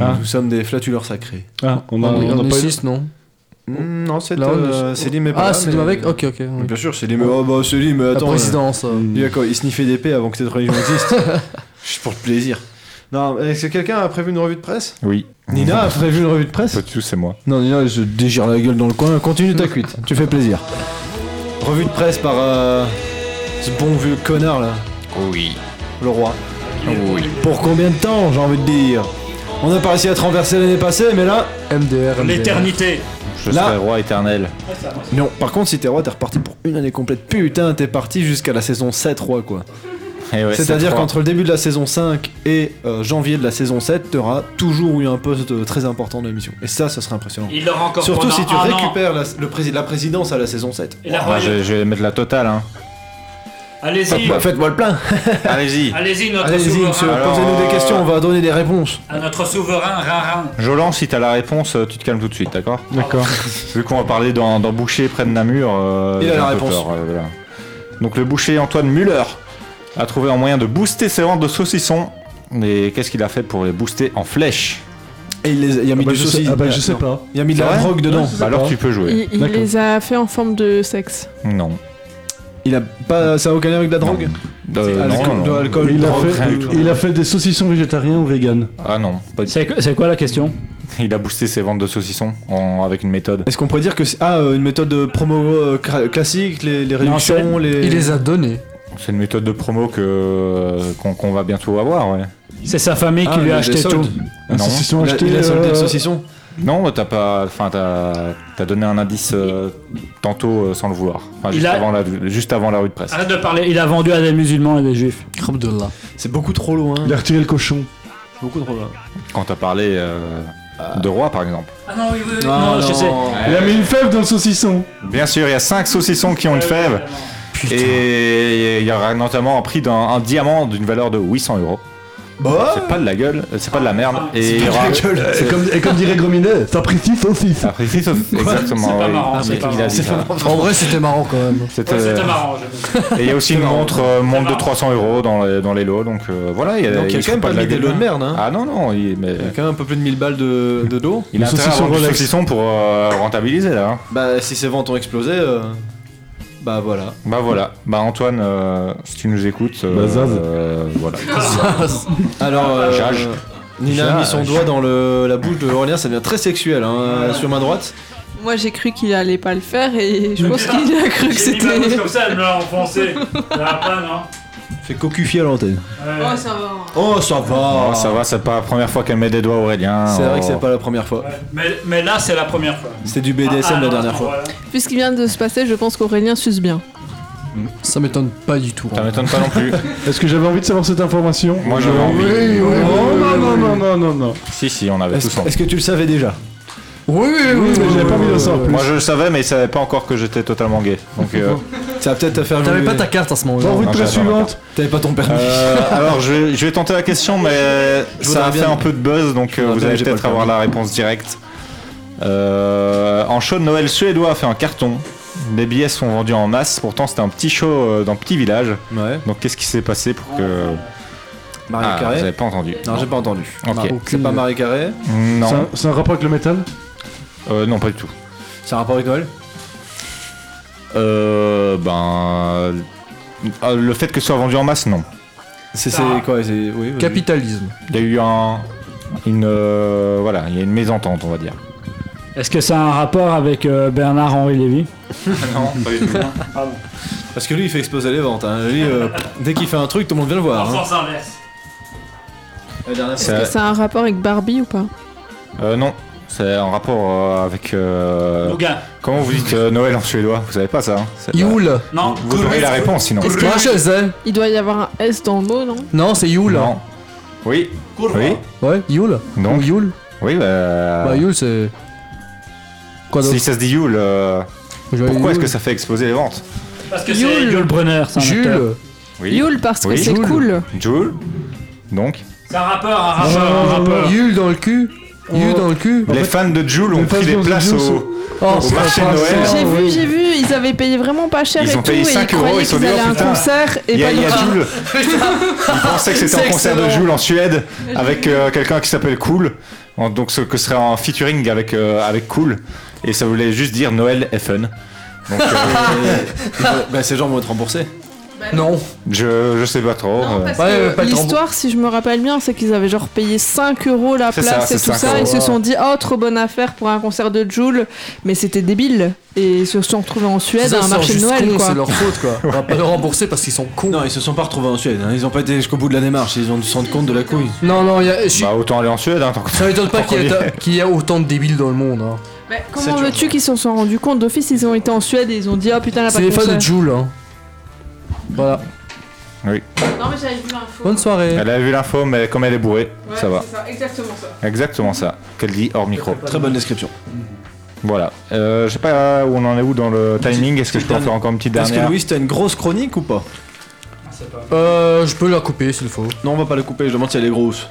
S6: Ah.
S3: Nous sommes des flatuleurs sacrés.
S6: Ah, on a-
S5: On,
S3: on a
S5: est
S3: pas eu-
S5: six, non
S3: Mm, Non, c'est
S5: Là, on est-
S3: euh, Selim est pas
S5: Ah,
S3: là,
S5: Selim
S3: mais-
S5: avec Ok, ok. oui.
S3: Bien sûr, Selim. Oh, bah Selim, mais
S5: La
S3: attends.
S5: présidence,
S3: euh,
S5: euh.
S3: Il, y a quoi, il sniffait des paix avant que cette religion existe. Juste pour le plaisir. Non, est-ce que quelqu'un a prévu une revue de presse
S6: Oui.
S3: Nina a prévu une revue de presse
S6: Pas du tout, c'est moi.
S3: Non, Nina, je dégire la gueule dans le coin. Continue ta cuite, tu fais plaisir. Revue de presse par euh, ce bon vieux connard là.
S6: Oui.
S3: Le roi.
S6: Ah Oui.
S3: Pour combien de temps, j'ai envie de dire On n'a pas réussi à traverser l'année passée, mais là.
S5: MDR,
S16: L'éternité.
S6: Je
S3: Là-
S6: serai roi éternel.
S3: Non, par contre, si t'es roi, t'es reparti pour une année complète. Putain, t'es parti jusqu'à la saison 7 roi, quoi.
S6: Eh ouais,
S3: C'est-à-dire
S6: c'est
S3: qu'entre le début de la saison 5 et euh, janvier de la saison 7, t'auras toujours eu un poste euh, très important de l'émission. Et ça, ça serait impressionnant.
S16: Il l'aura encore
S3: Surtout
S16: pendant
S3: si tu
S16: un an.
S3: récupères la, le prési- la présidence à la saison 7.
S16: Et la
S6: trois. Bah, je, je vais mettre la totale, hein.
S16: Allez-y.
S6: Bah,
S3: Faites-moi Bah, faites-moi le plein
S6: Allez-y.
S16: Allez-y, notre
S3: Allez-y,
S16: souverain.
S3: monsieur,
S6: Alors,
S3: posez-nous des
S6: euh,
S3: questions, on va donner des réponses.
S16: À notre souverain Rarin.
S6: Jolan, si t'as la réponse, euh, tu te calmes tout de suite, d'accord
S16: D'accord.
S6: Vu qu'on va parler d'un d'un boucher près de Namur. euh,
S3: Il a
S6: j'ai
S3: la
S6: un peu
S3: réponse.
S6: peur, euh, voilà. Donc le boucher Antoine Muller a trouvé un moyen de booster ses ventes de saucissons. Mais qu'est-ce qu'il a fait pour les booster en flèche
S3: Et il, les- il y a mis
S6: bah,
S3: du
S6: je sais-
S3: saucisson.
S6: ah bah, je sais
S3: Non.
S6: pas.
S3: Il y a mis de
S6: C'est
S3: la
S6: vrai
S3: drogue dedans.
S6: Ouais, je sais Bah, alors pas. tu peux jouer.
S8: Il, il
S3: D'accord.
S8: les a fait en forme de sexe.
S6: Non.
S3: Il a pas, ça a aucun lien avec de la drogue
S6: Euh,
S3: Alcool-
S6: non, non,
S3: de
S6: non.
S3: l'alcool,
S4: Il a,
S3: drogue,
S4: fait,
S3: rien du tout.
S4: il a fait des saucissons végétariens ou vegan.
S6: Ah non.
S7: C'est quoi la question
S6: Il a boosté ses ventes de saucissons en- avec une méthode.
S3: Est-ce qu'on pourrait dire que c'est ah, euh, une méthode de promo euh, cra- classique, les, les réductions, les...
S6: donnés. C'est une méthode de promo que qu'on qu'on va bientôt avoir, ouais.
S7: C'est sa famille
S3: Ah,
S7: qui lui a acheté tout.
S6: Non.
S7: Il a-
S6: euh,
S7: il a
S4: euh,
S7: soldé le saucisson.
S6: Non, t'as pas. Enfin, t'as as donné un indice euh, tantôt euh, sans le vouloir. Enfin,
S7: Il
S6: juste,
S7: a-
S6: avant la, juste avant la rue de presse.
S4: Ah.
S7: Arrête de parler, il a vendu à des musulmans et des juifs.
S3: C'est beaucoup trop loin. hein.
S4: Il a retiré le cochon.
S3: Beaucoup trop loin.
S6: Quand t'as parlé euh, de roi, par exemple.
S16: Ah non, oui, oui, oui.
S3: Non, je sais.
S4: Il a mis une fève dans le saucisson.
S6: Bien sûr, il y a 5 saucissons qui ont une
S7: Euh,
S6: fève. Et il y aura notamment un prix d'un un diamant d'une valeur de 800 euros.
S3: Bah.
S6: C'est pas de la gueule, c'est pas de la
S4: Ah,
S6: merde. Et il y aura-
S4: Et comme, et comme dirait Grominet, t'as pris six saucisses.
S6: T'as pris six saucisses. Exactement.
S4: C'est pas
S6: oui.
S4: marrant,
S6: Ah,
S4: c'est
S6: mais
S4: pas
S6: il a
S4: marrant.
S6: dit
S4: C'est
S6: ça.
S4: pas
S5: En vrai, c'était marrant quand même.
S6: C'était- Et il y a aussi une montre, euh, montre de 300 euros dans les, dans les lots, donc euh, voilà. Il y a,
S3: Donc il y a
S6: ils
S3: quand
S6: font
S3: même pas
S6: de la
S3: mis des
S6: gueule.
S3: lots de merde, hein.
S6: Ah non, non, il, mais...
S3: Il y a quand même un peu plus de 1000 balles de, de dos.
S6: Il a intérêt à vendre du saucisson pour euh, rentabiliser là. hein.
S3: Bah, si ses ventes ont explosé, euh, bah voilà.
S6: Bah voilà, bah Antoine, euh, si tu nous écoutes, euh,
S3: Bah, Zaz.
S6: euh, voilà.
S3: Alors, euh,
S6: Ah, Jage.
S3: Nina a mis son
S6: Jage.
S3: doigt dans le, la bouche de Aurélien, ça devient très sexuel, hein, sur main droite.
S8: Moi j'ai cru qu'il allait pas le faire et je pense qu'il a cru que
S16: J'ai mis ma
S8: c'était.
S16: bouche comme ça, elle me l'a enfoncé. Ça va pas, non
S3: Fait cocufier à l'antenne.
S8: Oh, ça va.
S3: Oh, ça va.
S6: ça va, c'est pas la première fois qu'elle met des doigts à Aurélien.
S3: C'est vrai que
S6: Oh.
S3: c'est pas la première fois.
S16: mais, mais là, c'est la première fois.
S3: C'était du
S7: Ah,
S3: BDSM la dernière fois.
S8: Vu ce qui vient de se passer, je pense qu'Aurélien suce bien.
S5: Ça m'étonne pas du tout. hein.
S6: Ça m'étonne pas non plus.
S4: Est-ce que j'avais envie de savoir cette information
S6: Moi,
S4: Oui,
S6: j'avais envie. Oh, Oui,
S4: Oui, oui, non,
S6: oui,
S4: non,
S6: oui,
S4: non,
S6: oui.
S4: non, non, non, non.
S6: Si, si, on avait tous
S3: Est-ce
S6: envie.
S3: est-ce que tu le savais déjà
S5: Oui, oui,
S4: oui, mais j'avais pas mis dans ça en plus.
S6: Moi je le savais, mais il savait pas encore que j'étais totalement gay. Donc, euh,
S3: Ça va peut-être te faire
S5: T'avais
S3: jouer.
S5: pas ta carte à ce moment-là.
S6: T'as envie de presse suivante
S3: T'avais pas ton permis.
S6: euh, alors je vais, je vais tenter la question, mais
S3: Je
S6: ça a
S3: voudrais
S6: fait
S3: bien-
S6: un peu de buzz, donc euh,
S3: voudrais
S6: vous
S3: bien,
S6: allez
S3: j'ai pas
S6: peut-être
S3: le
S6: avoir
S3: permis.
S6: la réponse directe. Euh, en show de Noël suédois a fait un carton. Les billets sont vendus en masse. Pourtant, c'était un petit show euh, dans un petit village.
S3: Ouais.
S6: Donc, qu'est-ce qui s'est passé pour que
S3: Marie
S6: Ah,
S3: Carré
S6: Vous avez pas entendu
S3: Non, j'ai pas entendu.
S6: Ok.
S3: Non, C'est pas Marie Carré
S4: C'est
S6: Non.
S4: un- C'est un rapport avec le métal
S6: Euh, non, pas du tout.
S3: C'est un rapport avec Noël
S6: Euh, ben. euh, Le fait que ce soit vendu en masse, non.
S3: C'est c'est quoi c'est- oui, vas-y.
S5: Capitalisme.
S6: Il y a eu un. Une. euh, voilà, il y a une mésentente, on va dire.
S7: Est-ce que ça a un rapport avec euh, Bernard-Henri Lévy
S6: Ah non, pas du tout.
S3: Parce que lui, il fait exploser les ventes. hein. Lui, euh, dès qu'il fait un truc, tout le monde vient le
S16: En
S3: voir. hein.
S16: sens inverse.
S3: La dernière
S8: Est-ce que ça a un rapport avec Barbie ou pas
S6: Euh, non. C'est en rapport euh, avec. euh,
S16: Nougat.
S6: Comment vous dites euh, Noël en suédois Vous savez pas ça hein C'est-
S5: Yule.
S16: Non,
S6: Vous aurez la réponse sinon.
S5: Est-ce que- Moi, je sais.
S8: Il doit y avoir un S dans le mot, non
S5: Non, c'est Yule.
S6: Non. Oui. Oui.
S5: Ouais, Yule.
S6: Non.
S5: Ou Yule.
S6: Oui, bah.
S5: Bah, Yule, c'est. Quoi
S6: si
S5: d'autre
S6: ça se dit Yule, euh,
S5: J'aurais
S6: pourquoi est-ce
S5: Yule.
S6: que ça fait exploser les ventes
S16: Parce que c'est Yul
S7: Brunner, c'est un acteur.
S5: Jules.
S6: Oui.
S8: Yule, parce que
S6: Oui.
S8: c'est
S6: Yule.
S8: cool.
S6: Joule. Donc.
S16: C'est un rappeur, un
S5: Ah,
S16: rappeur, un rappeur.
S5: Yule dans le cul. Yule dans le cul.
S6: Les fans de Joule ont
S5: fans
S6: pris des
S5: de
S6: places
S5: Jul
S6: au,
S5: sont- Oh,
S6: au
S5: c'est
S6: marché de
S5: pas
S6: Noël. hein.
S8: J'ai vu, j'ai vu, ils avaient payé vraiment pas cher
S6: Ils
S8: et
S6: ont
S8: tout,
S6: payé
S8: et
S6: 5
S8: ils
S6: euros,
S8: croyaient
S6: ils sont
S8: qu'ils
S6: dit,
S8: allaient à
S6: oh,
S8: un
S6: putain.
S8: concert et
S6: Il y a,
S8: pas
S6: il y a
S8: du tout.
S6: Jules. Ils pensaient que c'était un concert de Jules en Suède avec euh, quelqu'un qui s'appelle Cool. En- Donc ce que serait un featuring avec, euh, avec Cool. Et ça voulait juste dire Noël est fun. Donc,
S3: Ah.
S6: euh,
S3: Bah, ces gens vont être remboursés.
S5: Non.
S6: je, je sais pas trop. euh.
S8: Parce que
S5: pas le
S8: L'histoire, si je me rappelle bien, c'est qu'ils avaient genre payé 5 euros la
S6: C'est
S8: place
S6: ça,
S8: et
S6: c'est 5
S8: tout ça. Ils
S6: euros.
S8: se sont dit, oh, trop bonne affaire pour un concert de Joule, mais c'était débile. Et ils se sont retrouvés en Suède
S5: Ça,
S8: à un
S5: c'est
S8: marché de
S5: juste
S8: Noël,
S5: con,
S8: quoi.
S5: C'est leur faute, quoi. On va pas le rembourser parce qu'ils sont cons.
S3: Non, ils se sont pas retrouvés en Suède. hein. Ils ont pas été jusqu'au bout de la démarche. Ils ont dû se rendre compte de la couille.
S5: Non, non, y a- je suis-
S6: Bah autant aller en Suède. Hein, tant que-
S5: ça m'étonne pas
S6: tant qu'on
S5: qu'il y,
S6: y
S5: ait-
S6: est.
S5: qu'il y ait autant de débiles dans le monde. hein.
S8: Mais comment veux-tu qu'ils s'en soient rendus compte D'office, ils ont été en Suède et ils ont dit, oh putain, la pas
S5: C'est
S8: de
S5: les fans
S8: concert.
S5: de Jules. hein. Voilà.
S6: Oui.
S8: Non, mais j'avais vu l'info.
S5: Bonne soirée.
S6: Elle a vu l'info, mais comme elle est bourrée,
S8: Ouais,
S6: ça va.
S8: c'est ça, exactement ça.
S6: Exactement ça. Qu'elle dit hors micro.
S3: Très bonne description.
S6: Voilà. Euh, je sais pas où on en est où dans le timing. Est-ce que je peux en faire encore une petite
S3: Est-ce que
S6: dernière
S3: Louis, t'as une grosse chronique ou pas
S5: Euh, je peux la couper s'il faut.
S3: Non, on va pas la couper. Je demande si elle est grosse.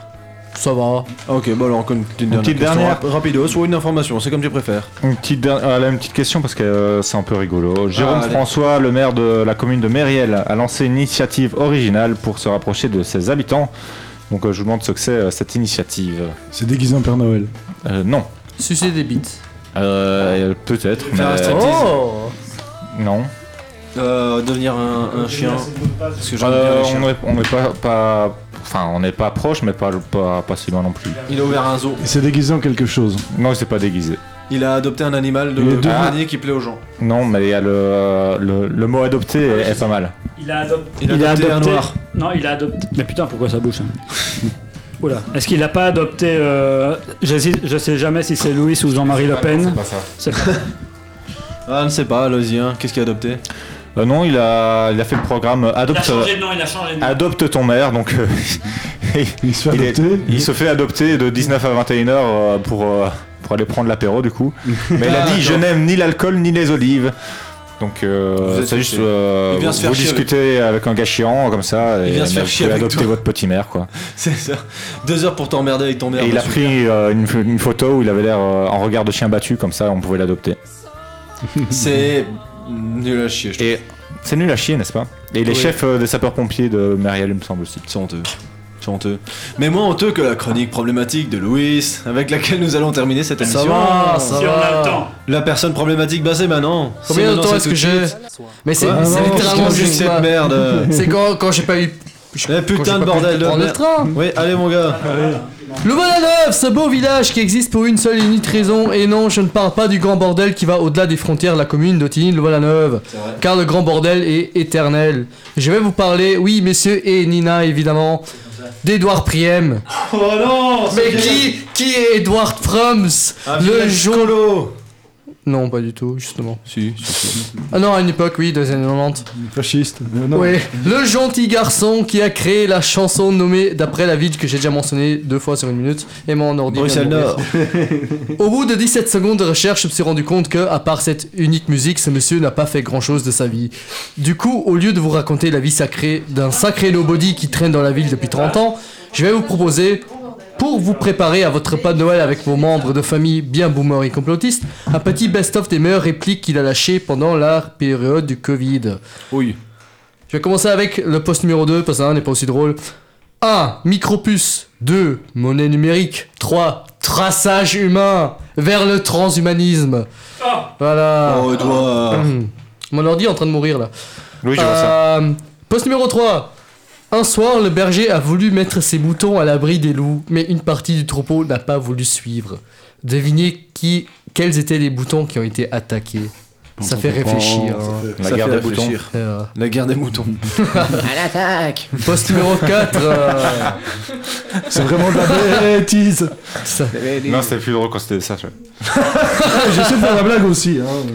S5: Ça va.
S3: Ah, Ok, bon alors encore une, petite dernière
S6: petite
S3: question
S6: dernière.
S3: rap- rapidos ou une information, c'est comme tu préfères.
S6: Une petite, der- ah, là, une petite question parce que euh, c'est un peu rigolo. Jérôme
S3: Ah, allez.
S6: François, le maire de la commune de Mériel, a lancé une initiative originale pour se rapprocher de ses habitants. Donc euh, je vous demande ce que c'est euh, cette initiative.
S4: C'est déguisé en Père Noël.
S6: Euh, non.
S5: Sucer des bites.
S6: Euh, Peut-être.
S3: Ah. Faire un
S6: Mais... euh,
S3: striptease. Oh!
S6: Non.
S3: Euh, devenir un, un chien. Parce que j'en ai bien
S6: Euh,
S3: les chiens.
S6: on n'est on n'est pas, pas Enfin, on n'est pas proche, mais pas, pas, pas si loin non plus.
S3: Il a ouvert un zoo.
S4: Il s'est déguisé en quelque chose.
S6: Non, il s'est pas déguisé.
S3: Il a adopté un animal de
S6: Il est devenu-
S3: compagnie qui plaît aux gens.
S6: Non, mais il y a le, euh, le, le mot adopté est, est pas mal.
S7: Il a adopté.
S3: Il a adopté un noir.
S7: Non, il a adopté. Mais putain, pourquoi ça bouge hein Oula. Est-ce qu'il a pas adopté euh, J'hésite, je sais jamais si c'est Louis ou Jean-Marie Le Pen.
S6: c'est pas ça.
S7: C'est pas-
S3: Ah, ne sais pas, Lozien, qu'est-ce qu'il a adopté
S6: Euh, non, il a, il a fait le programme euh,
S7: Il a
S6: Adopte,
S7: changé de nom, il a changé de nom.
S6: adopte ton maire, donc. euh,
S4: il se fait
S6: est-
S4: adopter.
S6: il se fait adopter de 19 à 21h euh, pour, euh, pour aller prendre l'apéro, du coup. Mais il a
S3: Ah,
S6: dit Je
S3: d'accord.
S6: n'aime ni l'alcool ni les olives. Donc, euh,
S3: Vous êtes
S6: c'est juste.
S3: foutu.
S6: euh,
S3: Il vient se faire
S6: vous
S3: chier
S6: discutez avec... un gars chiant, comme ça.
S3: Il
S6: Et
S3: vient se faire
S6: vous
S3: chier
S6: pouvez
S3: avec
S6: adopter
S3: toi.
S6: votre petit maire, quoi.
S3: C'est ça. Deux heures pour t'emmerder avec ton mère.
S6: Et il a
S3: dessus.
S6: pris euh, une, une photo où il avait l'air euh, en regard de chien battu, comme ça on pouvait l'adopter.
S3: C'est nul à chier.
S6: Et c'est nul à chier, n'est-ce pas Et les
S3: Oui.
S6: chefs euh, des sapeurs-pompiers de Marielle, il me semble aussi.
S3: C'est honteux. C'est honteux. Mais moins honteux que la chronique problématique de Louis, avec laquelle nous allons terminer cette
S5: Ça
S3: émission.
S5: va, ça Si on a le va. temps.
S3: La personne problématique, bah c'est maintenant.
S5: Combien de temps est-ce que j'ai Mais c'est c'est littéralement
S3: juste
S5: ça.
S3: Ah, cette merde.
S5: C'est quand, quand j'ai pas eu.
S3: Eh
S5: quand j'ai
S3: putain
S5: pas
S3: de
S5: pu
S3: bordel de
S5: prendre le
S3: merde.
S5: train.
S3: Oui, allez mon gars.
S5: Le Bonaneuve, ce beau village qui existe pour une seule et unique raison, et non, je ne parle pas du grand bordel qui va au-delà des frontières de la commune d'Otigny, le Bonaneuve, car le grand bordel est éternel. Je vais vous parler, oui, messieurs, et Nina, évidemment, d'Edouard Priem.
S16: Oh non c'est
S5: Mais
S16: bien.
S5: qui, qui est Edouard Frums Le jolo Non, pas du tout, justement.
S3: Si,
S5: Ah non, à une époque, oui, des années 90.
S4: Fasciste. Euh, non.
S5: Oui, le gentil garçon qui a créé la chanson nommée d'après la ville que j'ai déjà mentionnée deux fois sur une minute et mon ordi. vient
S3: Bruxelles
S5: de mourir.
S3: Nord.
S5: Au bout de 17 secondes de recherche, je me suis rendu compte que, à part cette unique musique, ce monsieur n'a pas fait grand chose de sa vie. Du coup, au lieu de vous raconter la vie sacrée d'un sacré nobody qui traîne dans la ville depuis 30 ans, je vais vous proposer, pour vous préparer à votre repas de Noël avec vos membres de famille bien boomers et complotistes, un petit best-of des meilleures répliques qu'il a lâchées pendant la période du Covid.
S3: Oui.
S5: Je vais commencer avec le poste numéro 2, parce que ça n'est pas aussi drôle. 1. Micropuce. 2. Monnaie numérique. 3. Traçage humain vers le transhumanisme. Voilà.
S3: Oh, Edouard.
S5: Hum. Mon ordi est en train de mourir là.
S6: Mmh. Oui, je vois ça.
S5: Euh, Poste numéro 3. Un soir, le berger a voulu mettre ses moutons à l'abri des loups, mais une partie du troupeau n'a pas voulu suivre. Devinez qui, quels étaient les boutons qui ont été attaqués. Ça fait réfléchir. hein.
S6: La guerre des boutons.
S5: Euh,
S3: La guerre des moutons.
S5: À l'attaque Poste numéro 4 euh,
S4: C'est vraiment de la bêtise.
S5: Ça-
S6: Non, c'était plus drôle quand c'était ça. je-
S4: Ah, Je sais faire la blague aussi. Hein.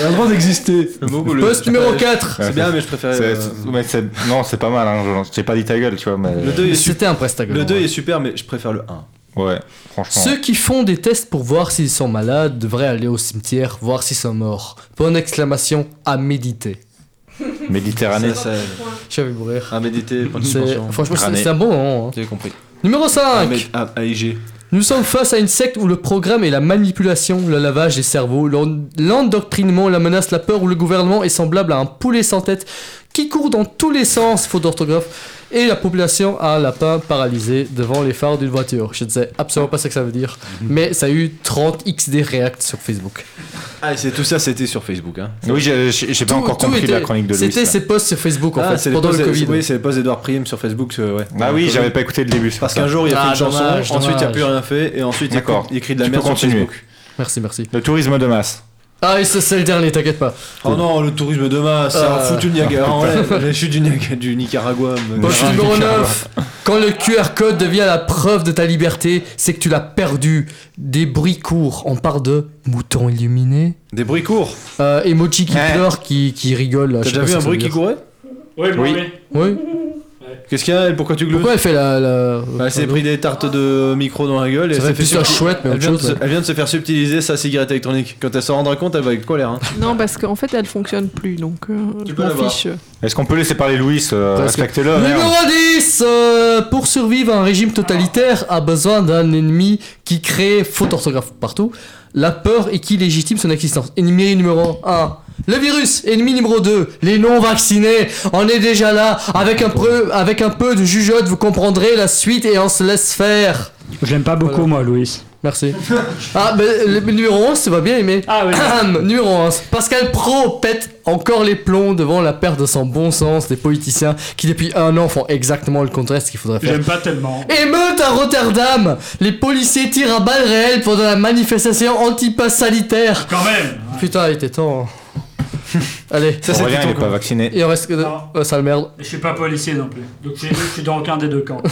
S4: Elle a le droit d'exister.
S5: Poste numéro 4
S3: C'est
S6: Ouais,
S3: bien, mais je préférais,
S6: c'est-
S3: euh,
S6: mais c'est- Non, c'est pas mal. Hein. je- je t'ai pas dit ta gueule, tu vois. Mais...
S3: Le 2 est, su-
S5: C'était un prestagon.
S3: le deux est super, mais je préfère le 1.
S6: Ouais, franchement.
S5: Ceux qui font des tests pour voir s'ils sont malades devraient aller au cimetière voir s'ils sont morts. Bonne exclamation à méditer.
S6: Méditerranée.
S3: Ça, ça-
S5: J'avais mourir.
S3: à méditer, point de
S5: C'est-
S3: suspension.
S5: Franchement, c'est-
S6: Crané.
S5: c'est un bon moment. hein.
S3: Vous avez compris.
S5: Numéro 5
S3: À, à- à IG.
S5: Nous sommes face à une secte où le programme est la manipulation, le lavage des cerveaux, l'en- l'endoctrinement, la menace, la peur, où le gouvernement est semblable à un poulet sans tête qui court dans tous les sens, faute d'orthographe, et la population à un lapin paralysé devant les phares d'une voiture. Je ne sais absolument pas ce que ça veut dire,
S6: Mhm.
S5: mais ça a eu 30 XD React sur Facebook.
S3: Ah, et c'est tout ça, c'était sur Facebook. Hein.
S6: Oui, j'ai- j'ai j'ai pas
S5: Tout-
S6: encore
S5: tout
S6: compris
S5: était-
S6: la chronique de Louis.
S5: C'était
S6: là.
S5: ses posts sur Facebook, en
S3: Ah, c'est
S5: fait,
S3: les
S5: pendant le
S3: posts-
S5: Covid.
S3: Oui, c'est les posts d'Edouard Priem sur Facebook. ce- Ouais.
S6: Ah oui, j'avais pas écouté le début. c'est
S3: Parce
S6: pour
S3: qu'un
S6: ça.
S3: jour, il a fait
S5: Ah,
S3: une chanson,
S5: dommage,
S3: ensuite, il a
S5: dommage.
S3: plus rien fait, et ensuite, il,
S6: D'accord.
S3: il crie de la
S6: Tu
S3: merde
S6: peux
S3: sur
S6: continuer.
S3: Facebook.
S5: Merci, merci.
S6: Le tourisme de masse.
S5: Ah, et ça, c'est le dernier, t'inquiète pas.
S3: Oh non, le tourisme de masse, ça
S5: Euh.
S3: fout du Niagara en l'air. La chute du, Niag- du Nicaragua. me-
S5: Poste numéro 9. Quand le QR code devient la preuve de ta liberté, c'est que tu l'as perdu. Des bruits courts. On parle de moutons illuminés.
S3: Des bruits courts.
S5: Euh, emoji qui
S6: Ouais.
S5: pleure, qui, qui rigole. là,
S3: T'as
S5: je
S3: déjà
S5: sais pas
S3: vu
S5: ce
S3: un
S5: que ça
S3: bruit
S5: veut
S3: qui
S5: dire.
S3: courait
S16: Oui,
S6: Oui.
S16: oui.
S5: Oui.
S3: Qu'est-ce qu'il y a elle Pourquoi tu glouses
S5: Pourquoi elle fait la. la...
S3: Bah, Elle s'est pris des tartes de micro dans la gueule et
S5: Ça
S3: elle
S5: fait
S3: s'est fait
S5: plus un
S3: subtil-
S5: chouette, mais
S3: elle
S5: autre
S3: vient, de
S5: chose,
S3: se,
S5: ouais.
S3: elle vient de se faire subtiliser sa cigarette électronique. Quand elle s'en rendra compte, elle va être colère. Hein.
S8: Non, parce qu'en fait, elle fonctionne plus, donc euh, je
S3: peux
S8: m'en
S3: l'avoir.
S8: fiche.
S6: Est-ce qu'on peut laisser parler Louis euh,
S5: Parce que-
S6: Respectez-le.
S5: Numéro
S6: merde.
S5: 10 euh, Pour survivre, un régime totalitaire a besoin d'un ennemi qui crée, faute orthographe partout, la peur et qui légitime son existence. Ennemi numéro 1. Le virus, ennemi numéro 2, les non-vaccinés, on est déjà là, avec un, peu, avec un peu de jugeote, vous comprendrez la suite et on se laisse faire.
S7: Je l'aime pas beaucoup, moi, Louis.
S5: Merci. Ah, mais le numéro 11, tu vas bien aimer. Ah oui. numéro 11. Pascal Pro pète encore les plombs devant la perte de son bon sens des politiciens qui, depuis un an, font exactement le contraire de ce qu'il faudrait faire.
S7: J'aime pas tellement.
S5: Émeute à Rotterdam Les policiers tirent à balles réelles pendant la manifestation anti-pass sanitaire.
S7: Quand même hein.
S5: Putain, il était temps. hein. Allez, ça c'est
S6: Aurélien,
S5: plutôt
S6: il est pas
S5: cool.
S6: vacciné.
S5: Il en reste que deux. Oh, sale merde.
S7: Je suis pas policier non plus. Donc je je suis dans aucun des deux camps.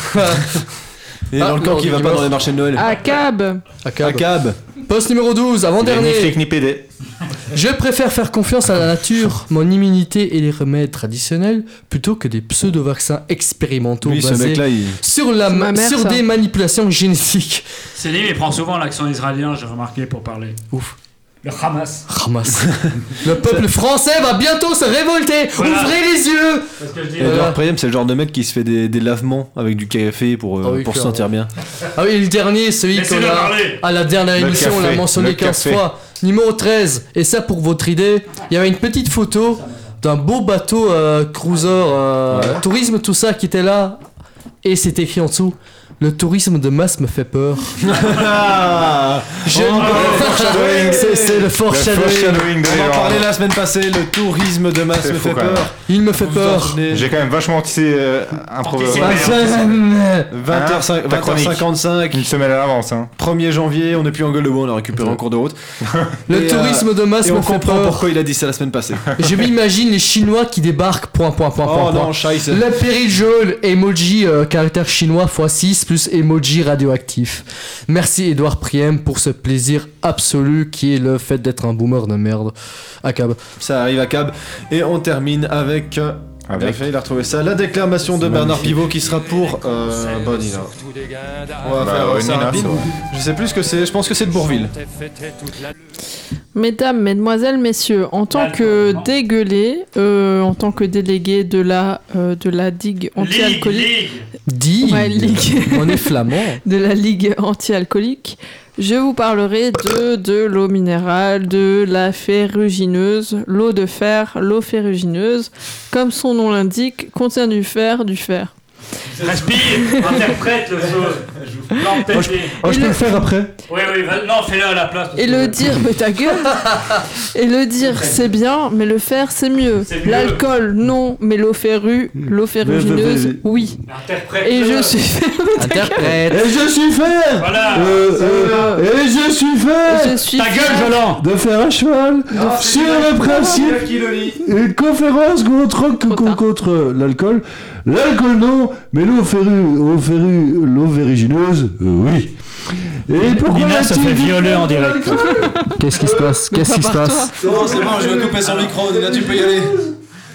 S3: Il est dans le camp qui va pas dans les marchés de Noël.
S8: À cab
S5: Acab. Poste numéro 12, avant-dernier. Je préfère faire confiance à la nature, mon immunité et les remèdes traditionnels plutôt que des pseudo-vaccins expérimentaux
S3: Lui, ce
S5: basés
S3: mec-là, il-
S5: sur, la
S7: C'est ma
S5: ma-
S7: mère,
S5: sur
S7: ça.
S5: des manipulations génétiques.
S7: Céline, il prend souvent l'accent israélien, j'ai remarqué, pour parler.
S5: Ouf.
S7: Le Hamas.
S5: Ramasse. Le peuple français va bientôt se révolter.
S7: Voilà.
S5: Ouvrez les yeux.
S7: Parce que je dis- euh,
S3: Et Edouard Priam, c'est le genre de mec qui se fait des, des lavements avec du café pour, euh,
S5: Ah oui,
S3: pour se
S5: clairement.
S3: sentir bien.
S5: Ah oui, le dernier, celui qu'on
S7: Laissez-le
S5: a.
S7: parler.
S5: À la dernière
S3: Le
S5: émission, on l'a
S3: café,
S5: mentionné
S3: le
S5: 15
S3: café.
S5: fois. Numéro 13. Et ça, pour votre idée, il y avait une petite photo d'un beau bateau euh, cruiser, euh, tourisme, tout ça, qui était là. Et c'est écrit en dessous. Le tourisme de masse me fait peur. Je- C'est- c'est le foreshadowing.
S3: On en parlait la semaine passée, le tourisme de masse
S6: C'est
S3: me
S6: fou
S3: fait
S6: quand même.
S3: peur.
S5: Il me fait peur.
S6: J'ai quand même vachement tissé euh, un problème.
S3: Ouais,
S6: Hein,
S3: 20h55,
S6: ta chronique.
S3: 20h55,
S6: Une semaine à l'avance. Hein.
S3: 1er janvier, on n'est plus en gueule de bois, on l'a récupéré en cours de route.
S5: Le
S3: Et, euh,
S5: tourisme de masse
S3: et
S5: me
S3: on
S5: fait
S3: comprend
S5: peur.
S3: pourquoi il a dit ça la semaine passée.
S5: Je m'imagine les Chinois qui débarquent, point, point, point, point,
S3: Oh non,
S5: point.
S3: scheisse.
S5: Le péril jaune, emoji euh, caractère chinois x6 plus emoji radioactif. Merci Edouard Priem pour ce plaisir absolu qui est le fait d'être un boomer de merde. Acab.
S3: Ça arrive à cab. Et on termine avec. euh,
S6: Avec.
S3: bien fait, il a retrouvé ça. La déclamation de Bernard Pivot qui sera pour. Euh, bon, Nina. On va
S6: Bah,
S3: faire euh,
S6: ouais,
S3: ça
S6: Nina,
S3: rapide.
S6: c'est vrai.
S3: Je sais plus ce que c'est, je pense que c'est de Bourville.
S8: Mesdames, Mesdemoiselles, Messieurs, en tant que dégueulé, euh, en tant que délégué de la, euh, de la digue anti-alcoolique,
S5: Dis,
S8: Ouais, ligue.
S5: on est flamand.
S8: de la ligue anti-alcoolique, je vous parlerai de, de l'eau minérale, de la ferrugineuse, l'eau de fer, l'eau ferrugineuse, comme son nom l'indique, contient du fer, du fer.
S7: Respire, interprète le chose.
S4: Oh, je, oh, je peux le faire après
S7: Oui, oui, va- non, fais-le à la place. parce
S8: Et
S7: que-
S8: le dire, mais ta gueule Et le dire, c'est bien, mais le faire, c'est mieux.
S7: mieux.
S8: L'alcool, non, mais l'eau ferru, l'eau ferrugineuse, oui. Et je suis
S5: Interprète.
S4: Et je suis fier
S7: Voilà.
S4: Euh, euh, Et je suis fier
S8: Je suis
S7: Euh, Ta gueule, Jolan
S4: de faire un cheval sur le principe une conférence contre, contre, contre l'alcool. L'alcool non, mais l'eau ferru, eau ferru, l'eau ferrugineuse, euh, oui. Et pourquoi
S7: Nina se
S4: a-t-il
S7: fait
S4: dit
S7: violer en direct.
S5: Qu'est-ce qui se passe Qu'est-ce qui se passe
S3: Non, c'est bon, je vais couper son micro, Nina, tu peux y aller.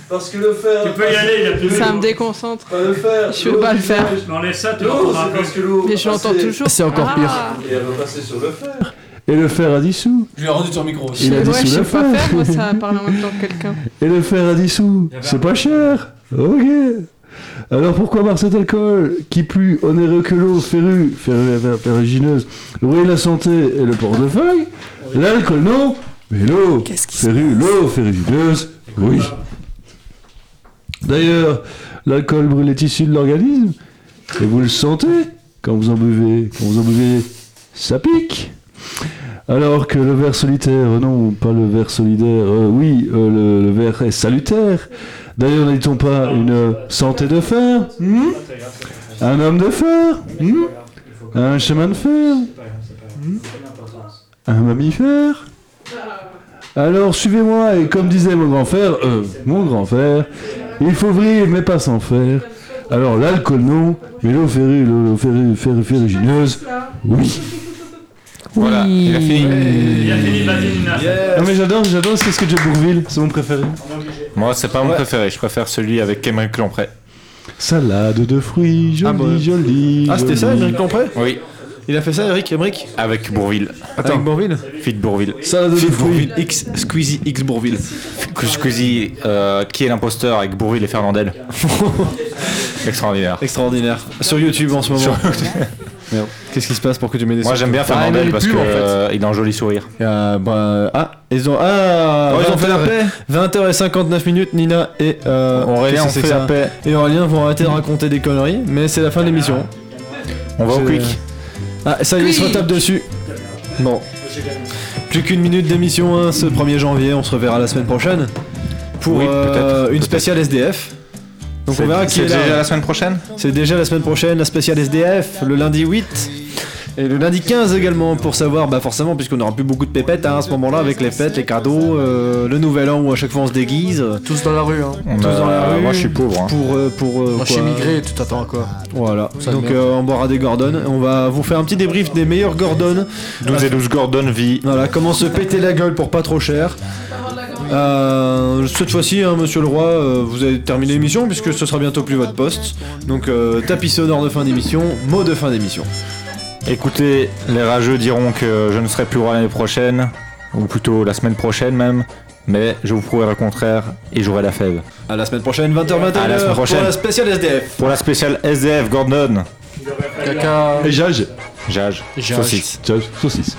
S4: Parce que le fer.
S7: Tu peux y aller, il y a plus de
S8: Ça me déconcentre.
S4: Pas le fer.
S8: Je veux pas le faire.
S7: Enlève ça, tu
S4: Non,
S7: l'entendras
S4: c'est
S7: plus.
S4: parce que l'eau.
S8: Mais je l'entends toujours.
S5: C'est encore pire.
S8: Ah,
S4: Et elle va passer sur le fer. Et le fer a dissous.
S3: Je lui ai rendu ton micro aussi.
S4: Il a
S8: ouais, je
S4: dissous
S8: sais
S4: le
S8: pas
S4: fer.
S8: faire, moi, ça à parler en même temps que quelqu'un.
S4: Et le fer à dissous, c'est pas cher. Ok. Alors pourquoi boire cet alcool qui plus onéreux que l'eau, féru, féru eh ferrugineuse, ruine la santé et le portefeuille L'alcool non, mais l'eau, féru, l'eau ferrugineuse, oui. D'ailleurs, l'alcool brûle les tissus de l'organisme et vous le sentez quand vous en buvez. Quand vous en buvez, ça pique. Alors que le verre solitaire, euh, non, pas le verre solidaire, euh, oui, euh, le, le verre est salutaire. D'ailleurs, n'a-t-on pas une euh, santé de fer hmm Un homme de fer hmm Un chemin de fer hmm Un mammifère Alors suivez-moi, et comme disait mon grand frère, euh, mon grand frère, il faut vivre mais pas sans faire. Alors l'alcool non, mais l'eau ferru, l'eau ferru, ferru- ferrugineuse, oui.
S6: Voilà, il a fini.
S4: Non mais j'adore, j'adore ce que de Bourville, c'est mon préféré.
S6: Moi, c'est pas mon préféré. Je préfère celui avec Émeric Lompré.
S4: Salade de fruits, jolie,
S3: Ah, bon.
S4: jolie.
S3: Ah, c'était ça,
S4: jolie.
S3: Eric Lompré
S6: Oui,
S3: Il a fait ça, Eric Emmerich
S6: avec Bourville.
S3: Avec Bourville
S6: Fit Bourville.
S4: Salade de
S3: Phil
S4: fruits.
S3: Bourville X, Squeezie X Bourville.
S6: Squeezie, euh, qui est l'imposteur avec Bourville et Fernandel. Extraordinaire.
S3: Extraordinaire. Sur YouTube en ce moment. Merde. Qu'est-ce qui se passe pour que tu mets des
S6: Moi, j'aime bien
S3: faire
S6: Fernandel parce qu'il a un joli sourire.
S3: ah, ils ont. Ah,
S6: Oh, ils ont fait la paix.
S3: 20h59 minutes, Nina et. euh,
S6: Aurélien,
S3: qu'est-ce
S6: on
S3: que c'est
S6: fait
S3: que
S6: la
S3: ça
S6: paix.
S3: Et Aurélien vont arrêter de raconter des conneries, mais c'est la fin de l'émission.
S6: On va au
S3: C'est-
S6: quick.
S15: Ah, ça y est, il se
S3: Oui.
S15: retape dessus.
S3: Bon. Plus qu'une minute d'émission hein, ce 1er janvier, on se reverra la semaine prochaine pour
S6: Oui,
S3: euh,
S6: peut-être,
S3: une spéciale SDF. Donc
S6: C'est-
S3: on verra qui
S6: c'est
S3: est là.
S6: déjà la semaine prochaine
S3: C'est déjà la semaine prochaine, la spéciale SDF, le lundi 8. Et le lundi 15 également pour savoir, bah forcément, puisqu'on n'aura plus beaucoup de pépettes hein, à ce moment-là avec les fêtes, les cadeaux, euh, le nouvel an où à chaque fois on se déguise.
S5: Tous dans la rue, hein.
S3: Tous dans la rue.
S6: Moi, je suis pauvre. hein.
S3: Pour, euh, pour, euh,
S5: Moi, je suis
S3: quoi,
S5: immigré, tu t'attends à quoi
S3: Voilà.
S5: Ça
S3: Donc
S5: merde.
S3: euh, on boira des Gordon. On va vous faire un petit débrief des meilleurs Gordon.
S6: 12 et 12 Gordon vie.
S3: Voilà, comment se péter la gueule pour pas trop cher. Euh, cette fois-ci, hein, monsieur le roi, euh, vous avez terminé l'émission puisque ce sera bientôt plus votre poste. Donc euh, tapis sonore de fin d'émission, mot de fin d'émission.
S6: Écoutez, les rageux diront que je ne serai plus roi l'année prochaine, ou plutôt la semaine prochaine même, mais je vous prouverai le contraire et j'aurai la fève.
S3: À la semaine prochaine, 20h, 21h.
S6: À la semaine prochaine.
S3: Pour la spéciale SDF.
S6: Pour la spéciale SDF Gordon.
S5: Caca.
S6: Ah,
S4: Et Jage
S6: Jage.
S5: Jage.
S6: Saucisse.
S4: Jage, saucisse.